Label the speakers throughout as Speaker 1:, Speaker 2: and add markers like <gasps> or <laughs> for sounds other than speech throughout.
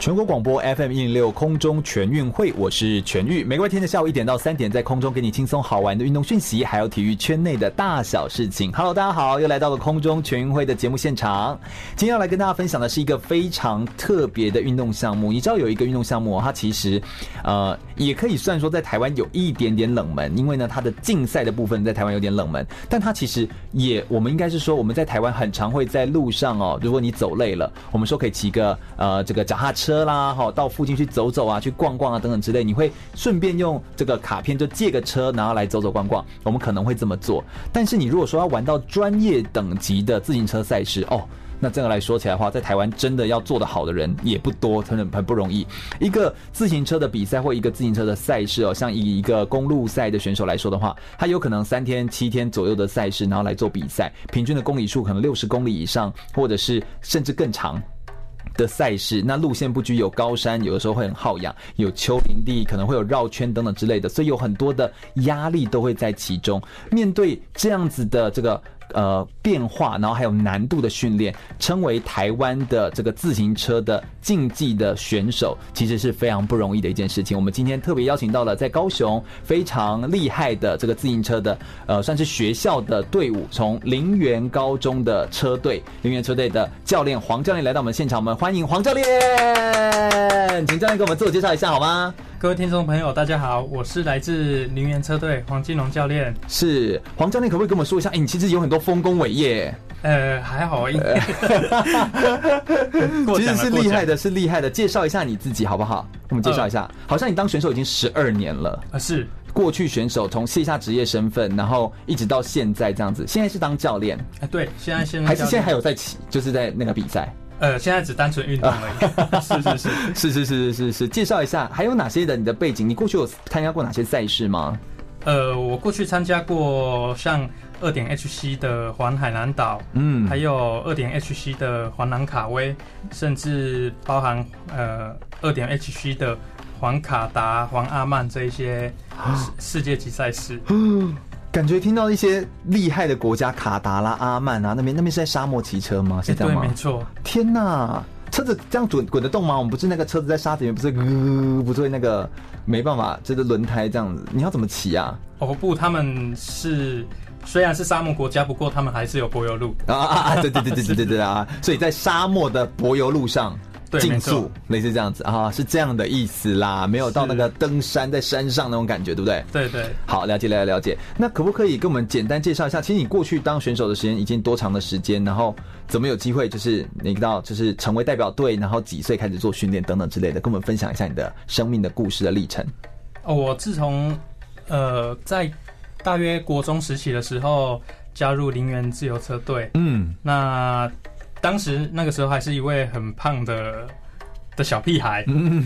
Speaker 1: 全国广播 FM 一零六空中全运会，我是全玉。每个礼拜天的下午一点到三点，在空中给你轻松好玩的运动讯息，还有体育圈内的大小事情。Hello，大家好，又来到了空中全运会的节目现场。今天要来跟大家分享的是一个非常特别的运动项目。你知道有一个运动项目哦，它其实呃也可以算说在台湾有一点点冷门，因为呢它的竞赛的部分在台湾有点冷门，但它其实也我们应该是说我们在台湾很常会在路上哦，如果你走累了，我们说可以骑个呃这个脚踏车。车啦，哈，到附近去走走啊，去逛逛啊，等等之类，你会顺便用这个卡片就借个车，然后来走走逛逛。我们可能会这么做，但是你如果说要玩到专业等级的自行车赛事，哦。那这个来说起来的话，在台湾真的要做得好的人也不多，真的很不容易。一个自行车的比赛或一个自行车的赛事哦，像以一个公路赛的选手来说的话，他有可能三天、七天左右的赛事，然后来做比赛，平均的公里数可能六十公里以上，或者是甚至更长。的赛事，那路线布局有高山，有的时候会很耗氧，有丘陵地，可能会有绕圈等等之类的，所以有很多的压力都会在其中。面对这样子的这个。呃，变化，然后还有难度的训练，称为台湾的这个自行车的竞技的选手，其实是非常不容易的一件事情。我们今天特别邀请到了在高雄非常厉害的这个自行车的，呃，算是学校的队伍，从林园高中的车队，林园车队的教练黄教练来到我们现场，我们欢迎黄教练，请教练给我们自我介绍一下好吗？
Speaker 2: 各位听众朋友，大家好，我是来自林园车队黄金龙教练。
Speaker 1: 是黄教练，可不可以跟我们说一下？哎、你其实有很多丰功伟业，
Speaker 2: 呃，还好，应
Speaker 1: <laughs>
Speaker 2: 该过
Speaker 1: 其
Speaker 2: 奖
Speaker 1: 实
Speaker 2: 了
Speaker 1: 是
Speaker 2: 过
Speaker 1: 厉
Speaker 2: 奖呃
Speaker 1: 害的，是厉害的。介绍一下你自己好不好？我们介绍一下，好像你当选手已经十二年了。
Speaker 2: 啊，是
Speaker 1: 过去选手从卸下职业身份，然后一直到现在这样子，现在是当教练，
Speaker 2: 啊，对，现在现在
Speaker 1: 还是现在还
Speaker 2: 有
Speaker 1: 有在骑，就是在那个比赛。
Speaker 2: 呃，现在只单纯运动而
Speaker 1: 啊
Speaker 2: 已。 <laughs> 是是是，
Speaker 1: 是是是是是是，介绍一下还有哪些的你的背景？你过去有参加过哪些赛事吗？
Speaker 2: 呃，我过去参加过像二点 HC 的环海南岛，
Speaker 1: 嗯，
Speaker 2: 还有二点 HC 的环南卡威，甚至包含呃二点 HC 的环卡达、环阿曼这一些
Speaker 1: 啊
Speaker 2: 世世界级赛事。
Speaker 1: 感觉听到一些厉害的国家，卡达拉、阿曼啊，那边那边是在沙漠骑车吗？是这
Speaker 2: 哎对，
Speaker 1: 样吗
Speaker 2: 没？错。
Speaker 1: 天呐，车子这样滚滚得动吗？我们不是那个车子在沙子里面，不是呃不是会那个没办法，就是轮胎这样子，你要怎么骑啊？
Speaker 2: 哦不，他们是虽然是沙漠国家，不过他们还是有柏油路。
Speaker 1: 啊啊啊！对对对对对对对啊！所以在沙漠的柏油路上
Speaker 2: 对
Speaker 1: 竞
Speaker 2: 没
Speaker 1: 速
Speaker 2: 错，
Speaker 1: 类似这样子啊，是这样的意思啦，没有到那个登山在山上那种感觉，对不对？
Speaker 2: 对对，
Speaker 1: 好，了解了解了解。那可不可以跟我们简单介绍一下？其实你过去当选手的时间已经多长的时间？然后怎么有机会就是你到就是成为代表队，然后几岁开始做训练等等之类的，跟我们分享一下你的生命的故事的历程。
Speaker 2: 哦，我自从呃在大约国中时期的时候加入林园自由车队，
Speaker 1: 嗯，
Speaker 2: 那当时那个时候还是一位很胖的的小屁孩。嗯，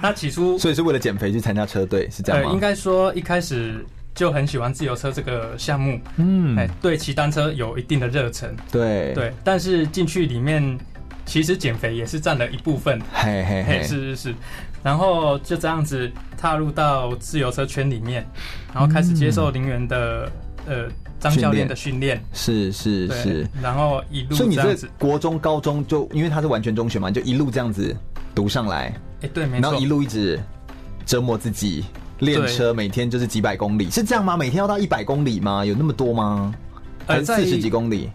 Speaker 2: 那起初
Speaker 1: 所以 <laughs> 是为了减肥去参加车队，是这样
Speaker 2: 呃
Speaker 1: 吗？
Speaker 2: 应该说一开始。就很喜欢自由车这个项目，
Speaker 1: 嗯，
Speaker 2: 哎、对骑单车有一定的热忱，
Speaker 1: 对，
Speaker 2: 对，但是进去里面，其实减肥也是占了一部分，
Speaker 1: 嘿嘿
Speaker 2: 嘿，
Speaker 1: 嘿，
Speaker 2: 是是是，然后就这样子踏入到自由车圈里面，然后开始接受林园的、呃张教练的训练，
Speaker 1: 是是
Speaker 2: 对
Speaker 1: 嗯是。，
Speaker 2: 然后一路
Speaker 1: 所以
Speaker 2: 这
Speaker 1: 你
Speaker 2: 样
Speaker 1: 这
Speaker 2: 子，
Speaker 1: 国中、高中就因为他是完全中学嘛，你就一路这样子读上来，
Speaker 2: 哎、对，没
Speaker 1: 然后
Speaker 2: 错
Speaker 1: 一，路一直折磨自己练车，每天就是几百公里，是这样吗？每天要到一百公里吗？有那么多吗？还是
Speaker 2: 呃在
Speaker 1: 四十几公里？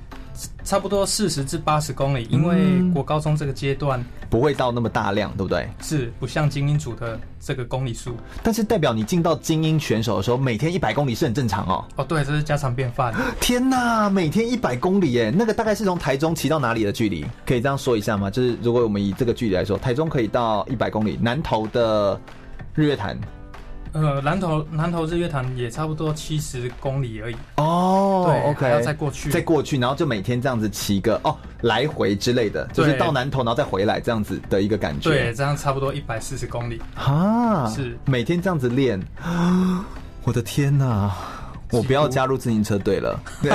Speaker 2: 差不多四十至八十公里，
Speaker 1: 嗯
Speaker 2: 因为国高中这个阶段
Speaker 1: 不会到那么大量，对不对？
Speaker 2: 是不像精英组的这个公里数，
Speaker 1: 但是代表你进到精英选手的时候，每天一百公里是很正常哦。
Speaker 2: 哦，对，这是家常便
Speaker 1: <gasps>
Speaker 2: 饭，
Speaker 1: 天呐，每天一百公里耶！那个大概是从台中骑到哪里的距离？可以这样说一下吗？就是如果我们以这个距离来说，台中可以到一百公里，南投的日月潭
Speaker 2: 呃，南投南投日月潭也差不多七十公里而已。
Speaker 1: 哦
Speaker 2: 对还要
Speaker 1: ，OK，
Speaker 2: 再过去
Speaker 1: 再过去，然后就每天这样子骑个哦来回之类的，就是
Speaker 2: 对
Speaker 1: 到南头然后再回来这样子的一个感觉。
Speaker 2: 对，，这样差不多一百四十公里。
Speaker 1: 啊，
Speaker 2: 是
Speaker 1: 每天这样子练， <gasps> 我的天哪！我不要加入自行车队了，
Speaker 2: <laughs>
Speaker 1: 对，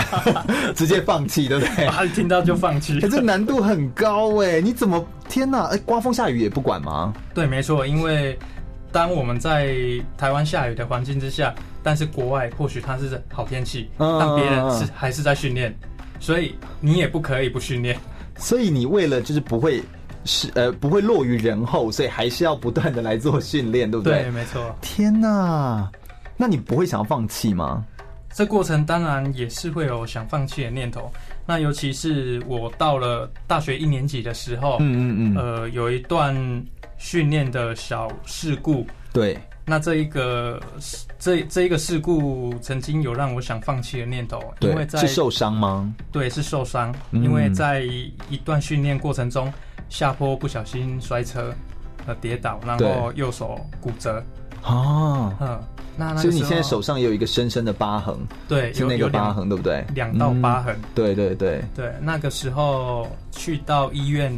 Speaker 1: 直接放弃，对不对？
Speaker 2: 啊，听到就放弃
Speaker 1: 哎、。这难度很高哎、你怎么天哪？哎、刮风下雨也不管吗？
Speaker 2: 对，没错，因为当我们在台湾下雨的环境之下，但是国外或许它是好天气，
Speaker 1: 嗯
Speaker 2: 但别人
Speaker 1: 嗯
Speaker 2: 是还是在训练，所以你也不可以不训练。
Speaker 1: 所以你为了就是不会是呃不会落于人后，所以还是要不断的来做训练，对不对？
Speaker 2: 对，没错。
Speaker 1: 天哪！那你不会想要放弃吗？
Speaker 2: 这过程当然也是会有想放弃的念头。那尤其是我到了大学一年级的时候，
Speaker 1: 嗯嗯嗯，
Speaker 2: 呃，有一段训练的小事故。
Speaker 1: 对，
Speaker 2: 那这一个这这一个事故曾经有让我想放弃的念头，因为
Speaker 1: 对，
Speaker 2: 在
Speaker 1: 是受伤吗？
Speaker 2: 对是受伤，
Speaker 1: 嗯
Speaker 2: 因为在一段训练过程中下坡不小心摔车，呃跌倒，然后
Speaker 1: 对
Speaker 2: 右手骨折，
Speaker 1: 啊，
Speaker 2: 嗯，那那个
Speaker 1: 所以你
Speaker 2: 时候
Speaker 1: 现在手上也有一个深深的疤痕，
Speaker 2: 对
Speaker 1: 是
Speaker 2: 有
Speaker 1: 那
Speaker 2: 有
Speaker 1: 个疤
Speaker 2: 两
Speaker 1: 痕，对不对？嗯
Speaker 2: 两道疤痕，
Speaker 1: 对对对，
Speaker 2: 对，那个时候去到医院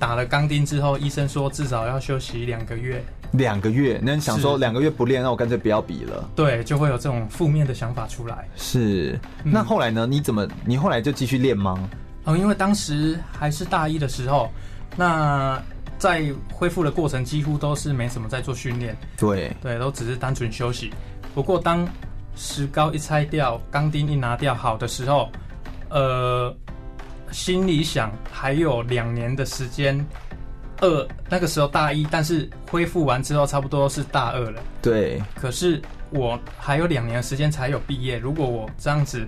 Speaker 2: 打了钢钉之后，医生说至少要休息两个月，
Speaker 1: 两个月，那你想说
Speaker 2: 是
Speaker 1: 两个月不练，那我干脆不要比了。
Speaker 2: 对，就会有这种负面的想法出来。
Speaker 1: 是，那后来呢？你怎么？你后来就继续练吗？
Speaker 2: 嗯，因为当时还是大一的时候，那在恢复的过程几乎都是没什么在做训练，
Speaker 1: 对，
Speaker 2: 对，都只是单纯休息。不过当石膏一拆掉，钢钉一拿掉好的时候，呃，心里想还有两年的时间。二那个时候大一，但是恢复完之后差不多是大二了。
Speaker 1: 对，
Speaker 2: 可是我还有两年的时间才有毕业，如果我这样子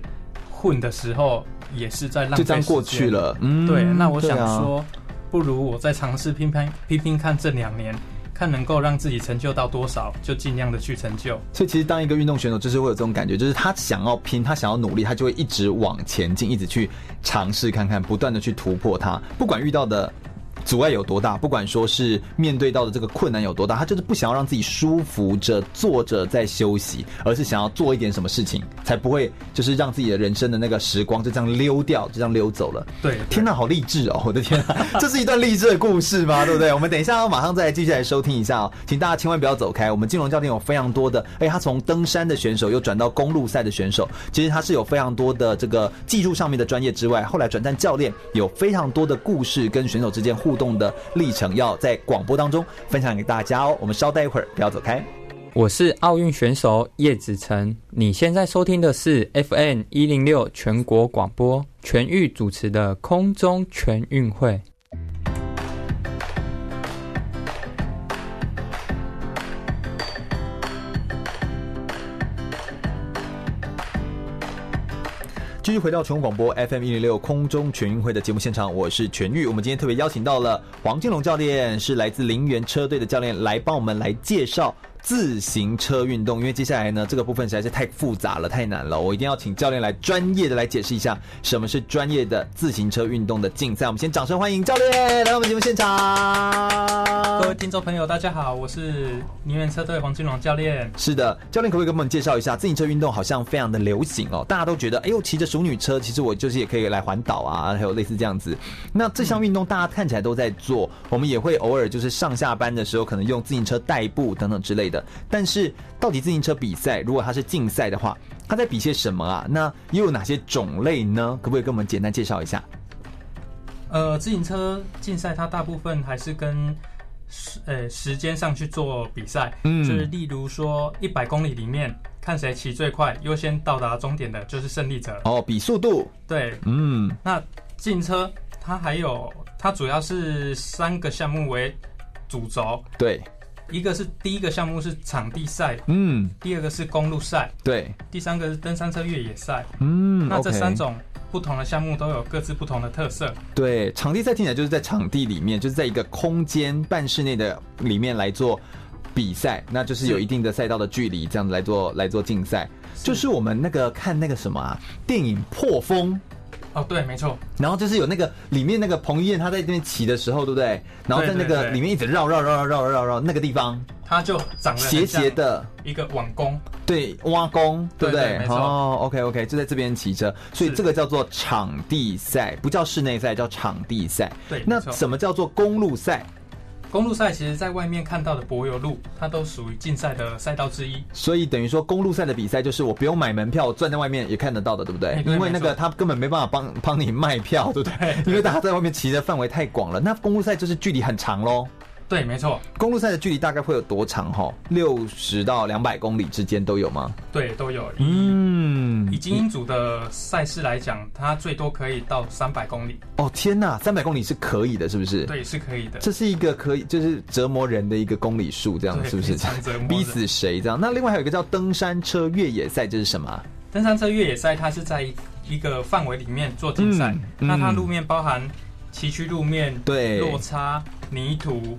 Speaker 2: 混的时候，也是在浪费
Speaker 1: 就这样过
Speaker 2: 时间
Speaker 1: 去了。嗯，
Speaker 2: 对，那我想
Speaker 1: 对啊，
Speaker 2: 说，不如我再尝试拼拼拼拼看这两年，看能够让自己成就到多少，就尽量的去成就。
Speaker 1: 所以其实当一个运动选手，就是会有这种感觉，就是他想要拼，他想要努力，他就会一直往前进，一直去尝试看看，不断的去突破它，不管遇到的。阻碍有多大？不管说是面对到的这个困难有多大，他就是不想要让自己舒服着坐着在休息，而是想要做一点什么事情，才不会就是让自己的人生的那个时光就这样溜掉，就这样溜走了。
Speaker 2: 对，对
Speaker 1: <laughs> 天呐，好励志哦！我的天啊，这是一段励志的故事吗？对不对？我们等一下要马上再来继续来收听一下哦，请大家千万不要走开。我们金融教练有非常多的，哎，他从登山的选手又转到公路赛的选手，其实他是有非常多的这个技术上面的专业之外，后来转战教练，有非常多的故事跟选手之间互动的历程，要在广播当中分享给大家哦。我们稍待一会儿，不要走开。
Speaker 3: 我是奥运选手叶子成，你现在收听的是 FN 一零六全国广播全域主持的空中全运会。
Speaker 1: 继续回到全国广播 FM 一零六空中全运会的节目现场，我是全玉。我们今天特别邀请到了黄金龙教练，是来自林园车队的教练，来帮我们来介绍自行车运动。因为接下来呢，这个部分实在是太复杂了，太难了，我一定要请教练来专业的来解释一下什么是专业的自行车运动的竞赛。我们先掌声欢迎教练来到我们节目现场
Speaker 2: 各。位听众朋友，大家好，我是宁远车队黄金龙教练。
Speaker 1: 是的，教练可不可以给我们介绍一下自行车运动？好像非常的流行哦，大家都觉得，哎呦，骑着熟女车，其实我就是也可以来环岛啊，还有类似这样子。那这项运动大家看起来都在做，我们也会偶尔就是上下班的时候，可能用自行车代步等等之类的。但是，到底自行车比赛如果它是竞赛的话，它在比些什么啊？那又有哪些种类呢？可不可以给我们简单介绍一下？
Speaker 2: 呃，自行车竞赛它大部分还是跟时呃时间上去做比赛，
Speaker 1: 嗯
Speaker 2: 就是例如说一百公里里面看谁骑最快，优先到达终点的就是胜利者。
Speaker 1: 哦，比速度，
Speaker 2: 对，
Speaker 1: 嗯，
Speaker 2: 那自行车它还有它主要是三个项目为主轴，
Speaker 1: 对，
Speaker 2: 一个是第一个项目是场地赛，
Speaker 1: 嗯，
Speaker 2: 第二个是公路赛，
Speaker 1: 对，
Speaker 2: 第三个是登山车越野赛。
Speaker 1: 嗯，
Speaker 2: 那这
Speaker 1: OK
Speaker 2: 三种不同的项目都有各自不同的特色。
Speaker 1: 对，场地赛听起来就是在场地里面，就是在一个空间半室内的里面来做比赛，那就是有一定的赛道的距离，这样子来做来做竞赛。就是我们那个看那个什么啊，电影《破风》，
Speaker 2: 哦，对，没错，
Speaker 1: 然后就是有那个里面那个彭于晏他在那边骑的时候，对不对？然后在那
Speaker 2: 对对
Speaker 1: 个
Speaker 2: 对
Speaker 1: 里面一直绕绕绕绕绕绕绕那个地方，
Speaker 2: 它就长得
Speaker 1: 斜
Speaker 2: 很像
Speaker 1: 斜的，
Speaker 2: 一个网弓，
Speaker 1: 对，挖工，对不
Speaker 2: 对对没错
Speaker 1: 哦，OK OK，就在这边骑车，所以
Speaker 2: 是
Speaker 1: 这个叫做场地赛，不叫室内赛，叫场地赛。
Speaker 2: 对，
Speaker 1: 那
Speaker 2: 没错
Speaker 1: 什么叫做公路赛？
Speaker 2: 公路赛其实在外面看到的柏油路，它都属于竞赛的赛道之一。
Speaker 1: 所以等于说公路赛的比赛就是我不用买门票，我站在外面也看得到的，对不对
Speaker 2: 哎？对
Speaker 1: 因为那
Speaker 2: 没
Speaker 1: 个
Speaker 2: 错
Speaker 1: 他根本没办法帮帮你卖票，对不对？ <laughs> 因为大家在外面骑的范围太广了。那公路赛就是距离很长喽。
Speaker 2: 对，没错，
Speaker 1: 公路赛的距离大概会有多长？哈，六十到两百公里之间都有吗？
Speaker 2: 对，都有。
Speaker 1: 嗯
Speaker 2: 以精英组的赛事来讲，它最多可以到三百公里，
Speaker 1: 哦天呐，三百公里是可以的，是不是？
Speaker 2: 对，是可以的。
Speaker 1: 这是一个可以就是折磨人的一个公里数，这样
Speaker 2: 对
Speaker 1: 是不是
Speaker 2: 非？常折磨人
Speaker 1: <laughs> 逼死谁这样？那另外还有一个叫登山车越野赛，这是什么啊？
Speaker 2: 登山车越野赛，它是在一一个范围里面做竞赛，
Speaker 1: 嗯
Speaker 2: 那它
Speaker 1: 嗯
Speaker 2: 路面包含崎岖路面、
Speaker 1: 对
Speaker 2: 落差、泥土，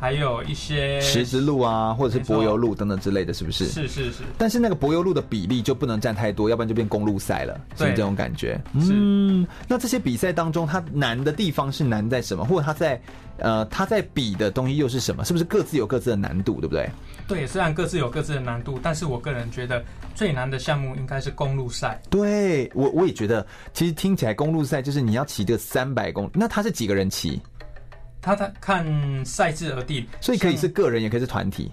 Speaker 2: 还有一些
Speaker 1: 石子路啊，或者是
Speaker 2: 没错
Speaker 1: 柏油路等等之类的，是不是？
Speaker 2: 是是是，
Speaker 1: 但是那个柏油路的比例就不能占太多，要不然就变公路赛了，是不是
Speaker 2: 对
Speaker 1: 这种感觉？
Speaker 2: 是
Speaker 1: 嗯，那这些比赛当中，它难的地方是难在什么？或者它在呃，它在比的东西又是什么？是不是各自有各自的难度，对不对？
Speaker 2: 对，虽然各自有各自的难度，但是我个人觉得最难的项目应该是公路赛，
Speaker 1: 对我我也觉得，其实听起来公路赛就是你要骑这三百公，那它是几个人骑？
Speaker 2: 它它看赛制而定，
Speaker 1: 所以可以
Speaker 2: 像
Speaker 1: 是个人，也可以是团体。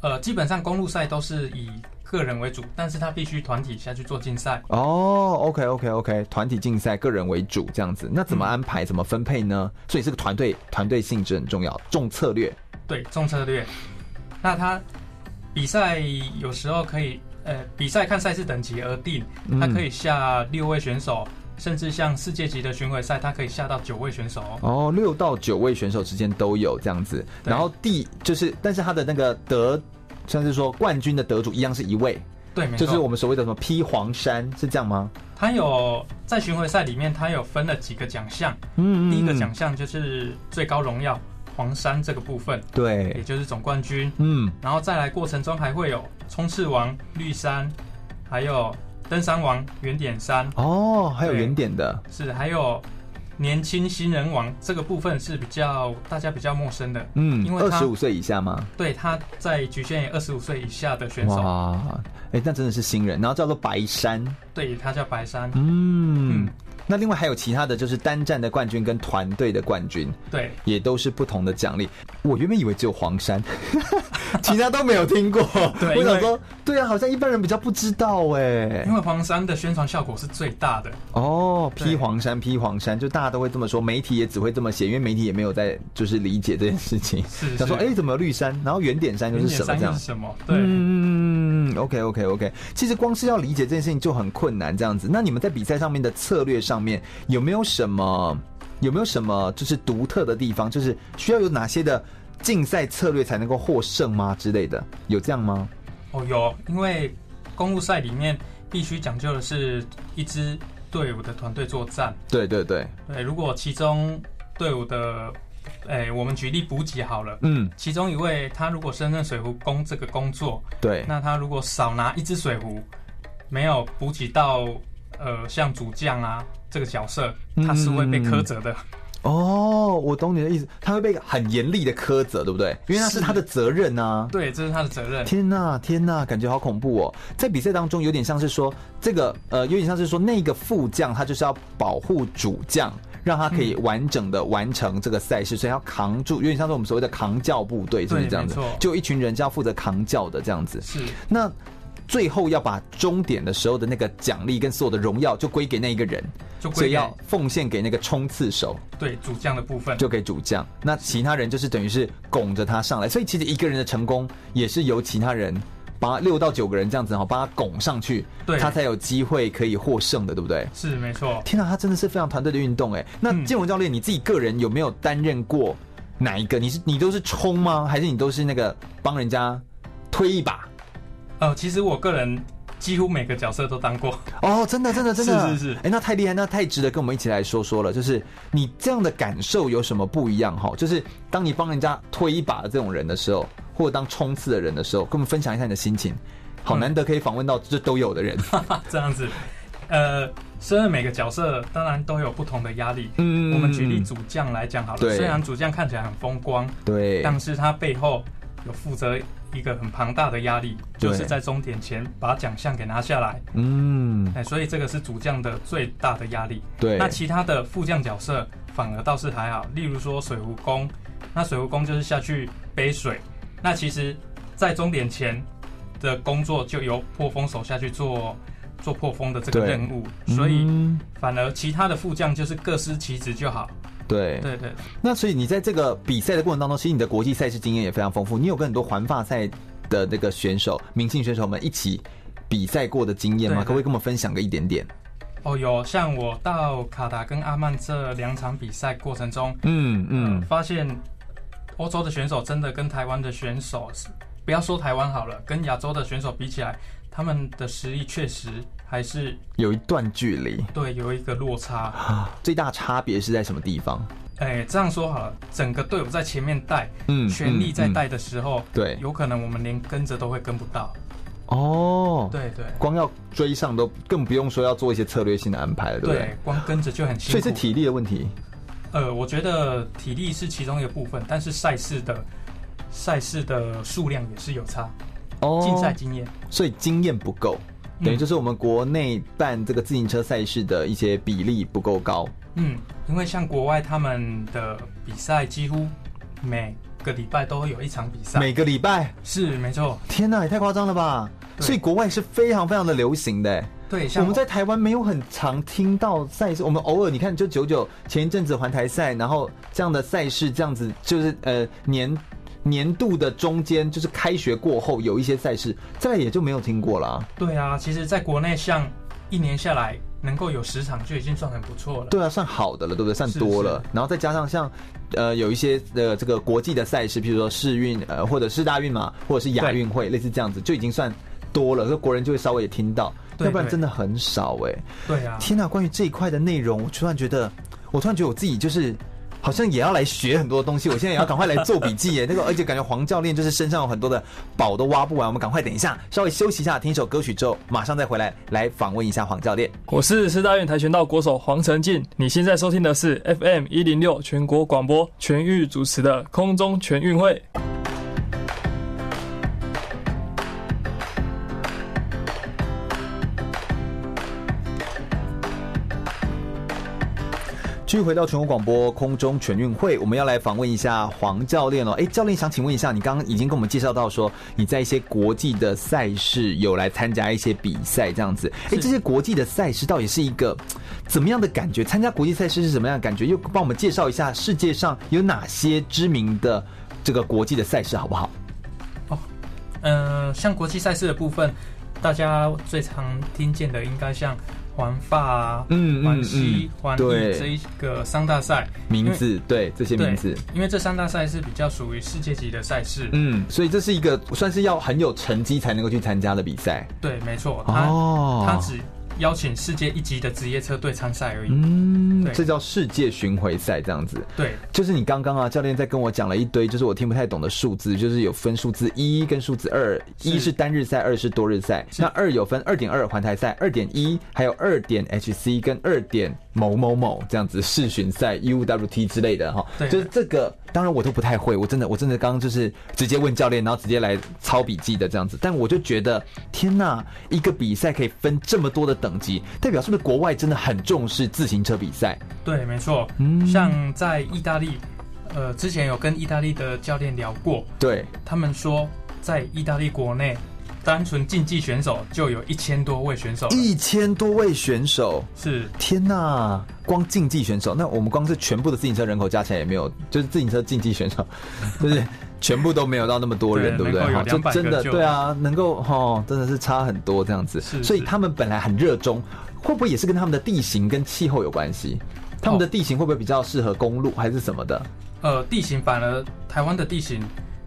Speaker 2: 呃，基本上公路赛都是以个人为主，但是它必须团体下去做竞赛。
Speaker 1: 哦，OK OK OK，团体竞赛个人为主这样子，那
Speaker 2: 嗯
Speaker 1: 怎么安排、怎么分配呢？所以这个团队团队性质很重要，重策略。
Speaker 2: 对，重策略。那他比赛有时候可以，呃，比赛看赛事等级而定，
Speaker 1: 嗯
Speaker 2: 他可以下六位选手，甚至像世界级的巡回赛，他可以下到九位选手哦。
Speaker 1: 哦，六到九位选手之间都有这样子，
Speaker 2: 对
Speaker 1: 然后第就是，但是他的那个得，算是说冠军的得主一样是一位，
Speaker 2: 对，没错，
Speaker 1: 就是我们所谓的什么披黄衫是这样吗？
Speaker 2: 他有在巡回赛里面，他有分了几个奖项，
Speaker 1: 嗯
Speaker 2: 第一个奖项就是最高荣耀黄山这个部分，也
Speaker 1: 对，
Speaker 2: 就是总冠军，
Speaker 1: 嗯，
Speaker 2: 然后再来过程中还会有冲刺王绿山，还有登山王圆点山，
Speaker 1: 哦，还有
Speaker 2: 对
Speaker 1: 原点的，
Speaker 2: 是，还有年轻新人王这个部分是比较大家比较陌生的，
Speaker 1: 嗯，
Speaker 2: 因为
Speaker 1: 二
Speaker 2: 他
Speaker 1: 十五岁以下吗？
Speaker 2: 对他在局限于二十五岁以下的选手，
Speaker 1: 哇，哎、那真的是新人，然后叫做白山，
Speaker 2: 对他叫白山，
Speaker 1: 嗯
Speaker 2: 嗯，
Speaker 1: 那另外还有其他的就是单站的冠军跟团队的冠军，
Speaker 2: 对，
Speaker 1: 也都是不同的奖励。我原本以为只有黄山， <laughs> 其他都没有听过。
Speaker 2: 对
Speaker 1: 我想
Speaker 2: 因为
Speaker 1: 说，对啊，好像一般人比较不知道哎
Speaker 2: 因。为黄山的宣传效果是最大的，
Speaker 1: 哦，
Speaker 2: 对
Speaker 1: 批黄山，批黄山，就大家都会这么说，媒体也只会这么写，因为媒体也没有在就是理解这件事情。
Speaker 2: 是
Speaker 1: 想
Speaker 2: 是
Speaker 1: 说，，哎、怎么有绿山？然后原点山又
Speaker 2: 圆
Speaker 1: 是什么
Speaker 2: 点山
Speaker 1: 这
Speaker 2: 又
Speaker 1: 样
Speaker 2: 是？什么？对，
Speaker 1: 嗯，OK OK OK，其实光是要理解这件事情就很困难，这样子。那你们在比赛上面的策略上面有没有什么有没有什么就是独特的地方？就是需要有哪些的竞赛策略才能够获胜吗之类的？有这样吗？
Speaker 2: 哦有，因为公路赛里面必须讲究的是一支队伍的团队作战，
Speaker 1: 对对对，
Speaker 2: 对，如果其中队伍的，哎，我们举例补给好了。
Speaker 1: 嗯，
Speaker 2: 其中一位，他如果胜任水壶工这个工作，
Speaker 1: 对，
Speaker 2: 那他如果少拿一只水壶，没有补给到呃像主将啊这个角色，
Speaker 1: 嗯
Speaker 2: 他是会被苛责的。
Speaker 1: 哦，我懂你的意思，他会被很严厉的苛责，对不对？因为那是他的责任啊。
Speaker 2: 对，这是他的责任。
Speaker 1: 天呐，天呐，感觉好恐怖哦！在比赛当中，有点像是说这个，呃，有点像是说那个副将他就是要保护主将，让他可以完整的完成这个赛事，所以要扛住，有点像是我们所谓的扛教部队，是不是
Speaker 2: 对
Speaker 1: 这样子
Speaker 2: 没错？
Speaker 1: 就有一群人是要负责扛教的这样子。
Speaker 2: 是
Speaker 1: 那最后要把终点的时候的那个奖励跟所有的荣耀就归给那一个人，
Speaker 2: 就
Speaker 1: 所
Speaker 2: 归
Speaker 1: 以
Speaker 2: 到
Speaker 1: 要奉献给那个冲刺手。
Speaker 2: 对主将的部分。
Speaker 1: 就给主将，那其他人就是等于是拱着他上来，所以其实一个人的成功也是由其他人把六到九个人这样子哈，把他拱上去，
Speaker 2: 对
Speaker 1: 他才有机会可以获胜的，对不对？
Speaker 2: 是没错。
Speaker 1: 天哪，他真的是非常团队的运动哎。那
Speaker 2: 嗯
Speaker 1: 建文教练，你自己个人有没有担任过哪一个？你是你都是冲吗？还是你都是那个帮人家推一把？
Speaker 2: 呃，其实我个人几乎每个角色都当过。 <laughs>
Speaker 1: 哦，真的，真的，真的，
Speaker 2: 是是是
Speaker 1: 哎、那太厉害，那太值得跟我们一起来说说了。就是你这样的感受有什么不一样哈？就是当你帮人家推一把的这种人的时候，或者当冲刺的人的时候，跟我们分享一下你的心情。好
Speaker 2: 嗯
Speaker 1: 难得可以访问到这都有的人，
Speaker 2: 这样子，呃，虽然每个角色当然都有不同的压力。
Speaker 1: 嗯 <laughs>
Speaker 2: 我们举例主将来讲好了，
Speaker 1: 对
Speaker 2: 虽然主将看起来很风光，
Speaker 1: 对，
Speaker 2: 但是他背后有负责一个很庞大的压力，
Speaker 1: 对
Speaker 2: 就是在终点前把奖项给拿下来。
Speaker 1: 嗯，
Speaker 2: 哎，所以这个是主将的最大的压力。
Speaker 1: 对，
Speaker 2: 那其他的副将角色反而倒是还好，例如说水壶工，那水壶工就是下去背水，那其实，在终点前的工作就由破风手下去做做破风的这个
Speaker 1: 对
Speaker 2: 任务，所以
Speaker 1: 嗯
Speaker 2: 反而其他的副将就是各司其职就好。
Speaker 1: 对
Speaker 2: 对对，
Speaker 1: 那所以你在这个比赛的过程当中，其实你的国际赛事经验也非常丰富，你有跟很多环法赛的那个选手、明星选手们一起比赛过的经验吗？
Speaker 2: 对对
Speaker 1: 可不可以跟我们分享个一点点？
Speaker 2: 哦，有像我到卡达跟阿曼这两场比赛过程中，
Speaker 1: 嗯
Speaker 2: 嗯，发现欧洲的选手真的跟台湾的选手是，不要说台湾好了，跟亚洲的选手比起来，他们的实力确实还是
Speaker 1: 有一段距离，
Speaker 2: 对有一个落差。
Speaker 1: 最大差别是在什么地方？
Speaker 2: 哎，这样说好了，整个队伍在前面带，
Speaker 1: 嗯
Speaker 2: 全力在、
Speaker 1: 嗯
Speaker 2: 带的时候，
Speaker 1: 嗯对
Speaker 2: 有可能我们连跟着都会跟不到。
Speaker 1: 嗯哦，
Speaker 2: 对对
Speaker 1: 光要追上都更不用说要做一些策略性的安排了，对不对？
Speaker 2: 对，光跟着就很辛
Speaker 1: 所
Speaker 2: 苦。
Speaker 1: 以是体力的问题，
Speaker 2: 呃，我觉得体力是其中一个部分，但是赛事的赛事的数量也是有差，
Speaker 1: 哦
Speaker 2: 竞赛经验。
Speaker 1: 所以经验不够，
Speaker 2: 嗯
Speaker 1: 等于就是我们国内办这个自行车赛事的一些比例不够高。
Speaker 2: 嗯，因为像国外他们的比赛几乎每个礼拜都会有一场比赛，
Speaker 1: 每个礼拜，
Speaker 2: 是没错，
Speaker 1: 天哪，也太夸张了吧！
Speaker 2: 对
Speaker 1: 所以国外是非常非常的流行的欸。
Speaker 2: 对，像
Speaker 1: 我们在台湾没有很常听到赛事，我们偶尔你看，就九九前一阵子环台赛，然后这样的赛事，这样子就是呃年年度的中间，就是开学过后有一些赛事，再来也就没有听过了啊。
Speaker 2: 对啊，其实在国内像一年下来能够有十场就已经算很不错了。
Speaker 1: 对啊，算好的了，对不对？算多了。
Speaker 2: 是
Speaker 1: 然后再加上像，呃，有一些呃这个国际的赛事，譬如说世运，呃，或者世大运嘛，或者是亚运会，类似这样子，就已经算多了，所以国人就会稍微也听到，
Speaker 2: 对
Speaker 1: 要不然
Speaker 2: 对
Speaker 1: 真的很少哎、
Speaker 2: 对啊，
Speaker 1: 天哪，关于这一块的内容，我突然觉得，我突然觉得我自己就是。好像也要来学很多东西，我现在也要赶快来做笔记耶。那个，而且感觉黄教练就是身上有很多的宝都挖不完。我们赶快等一下，稍微休息一下，听一首歌曲之后，马上再回来来访问一下黄教练。
Speaker 4: 我是师大院跆拳道国手黄晨进，你现在收听的是 FM 一零六全国广播全域主持的空中全运会。
Speaker 1: 继续回到全国广播空中全运会，我们要来访问一下黄教练哦。哎，教练想请问一下，你刚刚已经跟我们介绍到说你在一些国际的赛事有来参加一些比赛这样子。哎，
Speaker 2: 是
Speaker 1: 这些国际的赛事到底是一个嘖怎么样的感觉？参加国际赛事是什么样的感觉？又帮我们介绍一下世界上有哪些知名的这个国际的赛事好不好？
Speaker 2: 嗯、像国际赛事的部分，大家最常听见的应该像环法啊、
Speaker 1: 嗯
Speaker 2: 环西、环意
Speaker 1: 对
Speaker 2: 这一个三大赛，
Speaker 1: 名字对这些名
Speaker 2: 嗯对
Speaker 1: 字，
Speaker 2: 因为这三大赛是比较属于世界级的赛事。
Speaker 1: 嗯，所以这是一个算是要很有成绩才能够去参加的比赛
Speaker 2: 对，没错，它、
Speaker 1: 哦。
Speaker 2: 他只邀请世界一级的职业车队参赛而已。
Speaker 1: 嗯，
Speaker 2: 对
Speaker 1: 这叫世界巡回赛这样子。
Speaker 2: 对
Speaker 1: 就是你刚刚啊，教练在跟我讲了一堆，就是我听不太懂的数字，就是有分数字一跟数字二，
Speaker 2: 是
Speaker 1: 一是单日赛，二是多日赛。
Speaker 2: 是
Speaker 1: 那二有分二点二环台赛、二点一，还有二点 HC 跟二点某某某这样子世巡赛，E UWT 之类的哈。
Speaker 2: 对
Speaker 1: 就是这个，当然我都不太会，我真的我真的刚刚就是直接问教练，然后直接来抄笔记的这样子。但我就觉得，天呐，一个比赛可以分这么多的等级，代表是不是国外真的很重视自行车比赛？
Speaker 2: 对，没错。
Speaker 1: 嗯
Speaker 2: 像在意大利，呃，之前有跟意大利的教练聊过，
Speaker 1: 对，
Speaker 2: 他们说在意大利国内，单纯竞技选手就有一千多位选手了。
Speaker 1: 一千多位选手。
Speaker 2: 是，
Speaker 1: 天呐，光竞技选手，那我们光是全部的自行车人口加起来也没有，就是自行车竞技选手， <laughs> 就是全部都没有到那么多人，对
Speaker 2: 对
Speaker 1: 不对？
Speaker 2: 能够有
Speaker 1: 就
Speaker 2: 200个
Speaker 1: 真的
Speaker 2: 就
Speaker 1: 对啊，能够哈、哦，真的是差很多这样子。
Speaker 2: 是
Speaker 1: 所以
Speaker 2: 是
Speaker 1: 他们本来很热衷，会不会也是跟他们的地形跟气候有关系？他们的地形会不会比较适合公路还是什么的？
Speaker 2: 呃，地形反而台湾的地形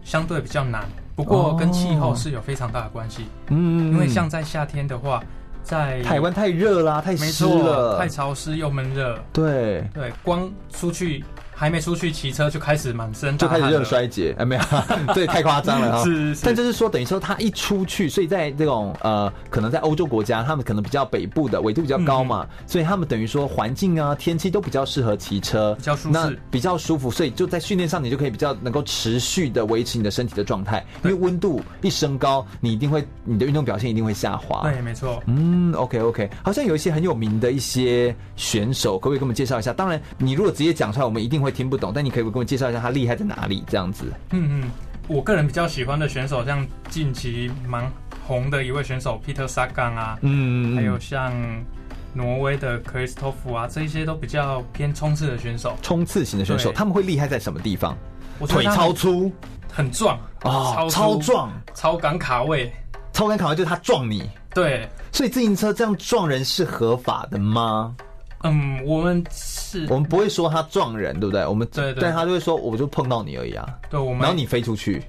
Speaker 2: 相对比较难，不过跟气候
Speaker 1: 哦
Speaker 2: 是有非常大的关系。
Speaker 1: 嗯，
Speaker 2: 因为像在夏天的话，在
Speaker 1: 台湾太热啦，太
Speaker 2: 没
Speaker 1: 湿
Speaker 2: 错，
Speaker 1: 了
Speaker 2: 太，潮湿又闷热，
Speaker 1: 对，
Speaker 2: 对，光出去还没出去骑车就开始满身
Speaker 1: 就
Speaker 2: 大
Speaker 1: 开
Speaker 2: 汗
Speaker 1: 始
Speaker 2: 了
Speaker 1: 热衰竭，哎，没有， <laughs> 这也太夸张了哈。
Speaker 2: 是是
Speaker 1: 但就是说，等于说他一出去，所以在这种呃，可能在欧洲国家，他们可能比较北部的纬度比较高嘛，
Speaker 2: 嗯
Speaker 1: 所以他们等于说环境啊、天气都比较适合骑车，
Speaker 2: 比较舒适
Speaker 1: 那比较舒服，所以就在训练上你就可以比较能够持续的维持你的身体的状态，因为温度一升高，你一定会你的运动表现一定会下滑。
Speaker 2: 对，没错。
Speaker 1: 嗯，OK OK，好像有一些很有名的一些选手，可不可以给我们介绍一下？当然，你如果直接讲出来，我们一定会听不懂，但你可以给我们介绍一下他厉害在哪里，这样子。
Speaker 2: 嗯嗯，我个人比较喜欢的选手，像近期蛮红的一位选手 Peter Sagan 啊，
Speaker 1: 嗯，
Speaker 2: 还有像挪威的 k r i s t o f 啊，这一些都比较偏冲刺的选手。
Speaker 1: 冲刺型的选手，
Speaker 2: 对
Speaker 1: 他们会厉害在什么地方？
Speaker 2: 我觉得
Speaker 1: 腿
Speaker 2: 他
Speaker 1: 超粗
Speaker 2: 很壮
Speaker 1: 哦，
Speaker 2: 粗
Speaker 1: 超壮，
Speaker 2: 超敢卡位。
Speaker 1: 超敢考就是他撞你，
Speaker 2: 对，
Speaker 1: 所以自行车这样撞人是合法的吗？
Speaker 2: 嗯，我们是
Speaker 1: 我，们不会说他撞人，对不对？我们
Speaker 2: 嗯对对
Speaker 1: 但他就会说我就碰到你而已啊，
Speaker 2: 对，我们
Speaker 1: 然后你飞出
Speaker 2: <laughs>
Speaker 1: 去。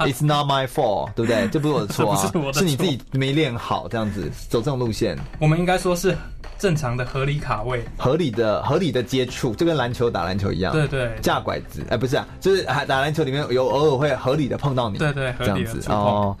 Speaker 1: It's not my fault，对不对？这不是我的错啊，
Speaker 2: <laughs> 这不是我的错
Speaker 1: 你自己没练好，这样子走这种路线，
Speaker 2: 我们应该说是正常的合理卡位。
Speaker 1: 合理的合理的接触，就跟篮球打篮球一样，
Speaker 2: 对对
Speaker 1: 架拐子，哎、不是啊，就是啊打篮球里面有偶尔会合理的碰到你，
Speaker 2: 对对，合
Speaker 1: 这样
Speaker 2: 理的
Speaker 1: 子哦
Speaker 2: 触碰。。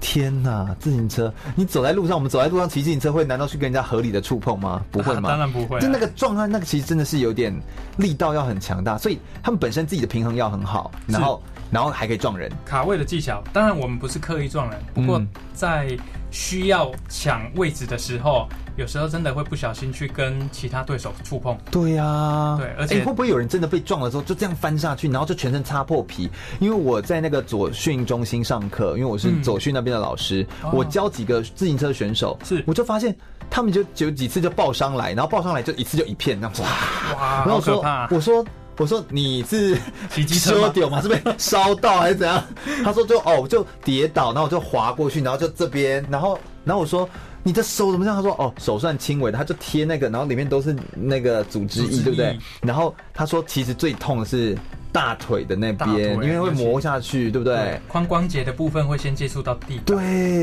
Speaker 1: 天呐，自行车，你走在路上，我们走在路上骑自行车会，难道去跟人家合理的触碰吗？不会
Speaker 2: 啊
Speaker 1: 吗？
Speaker 2: 当然不会啊
Speaker 1: 就那个状态，那个其实真的是有点力道要很强大，所以他们本身自己的平衡要很好，然后然后还可以撞人。
Speaker 2: 卡位的技巧，当然我们不是刻意撞人，不过
Speaker 1: 嗯
Speaker 2: 在需要抢位置的时候，有时候真的会不小心去跟其他对手触碰。
Speaker 1: 对呀、
Speaker 2: 对而且
Speaker 1: 诶会不会有人真的被撞了之后就这样翻下去，然后就全身擦破皮？因为我在那个左训中心上课，因为我是
Speaker 2: 嗯
Speaker 1: 左训那边的老师，
Speaker 2: 哦
Speaker 1: 我教几个自行车选手，
Speaker 2: 是
Speaker 1: 我就发现他们就有几次就抱伤来，然后抱伤来就一次就一片那样子，哇！
Speaker 2: 哇，
Speaker 1: 然后
Speaker 2: 啊好
Speaker 1: 我
Speaker 2: 可
Speaker 1: 说，
Speaker 2: 怕！
Speaker 1: 我说。我说你是
Speaker 2: <laughs> 骑机车吗
Speaker 1: 丢嘛？是被烧到还是怎样？他说就哦，我就跌倒，然后我就滑过去，然后就这边，然后然后我说你的手怎么这样？他说哦，手算轻微的，他就贴那个，然后里面都是那个组织
Speaker 2: 组织
Speaker 1: 液，对不对
Speaker 2: 液？
Speaker 1: 然后他说其实最痛的是大腿的那
Speaker 2: 大腿
Speaker 1: 边，因为会磨下去，对不对？
Speaker 2: 髋关节的部分会先接触到地板，
Speaker 1: 对，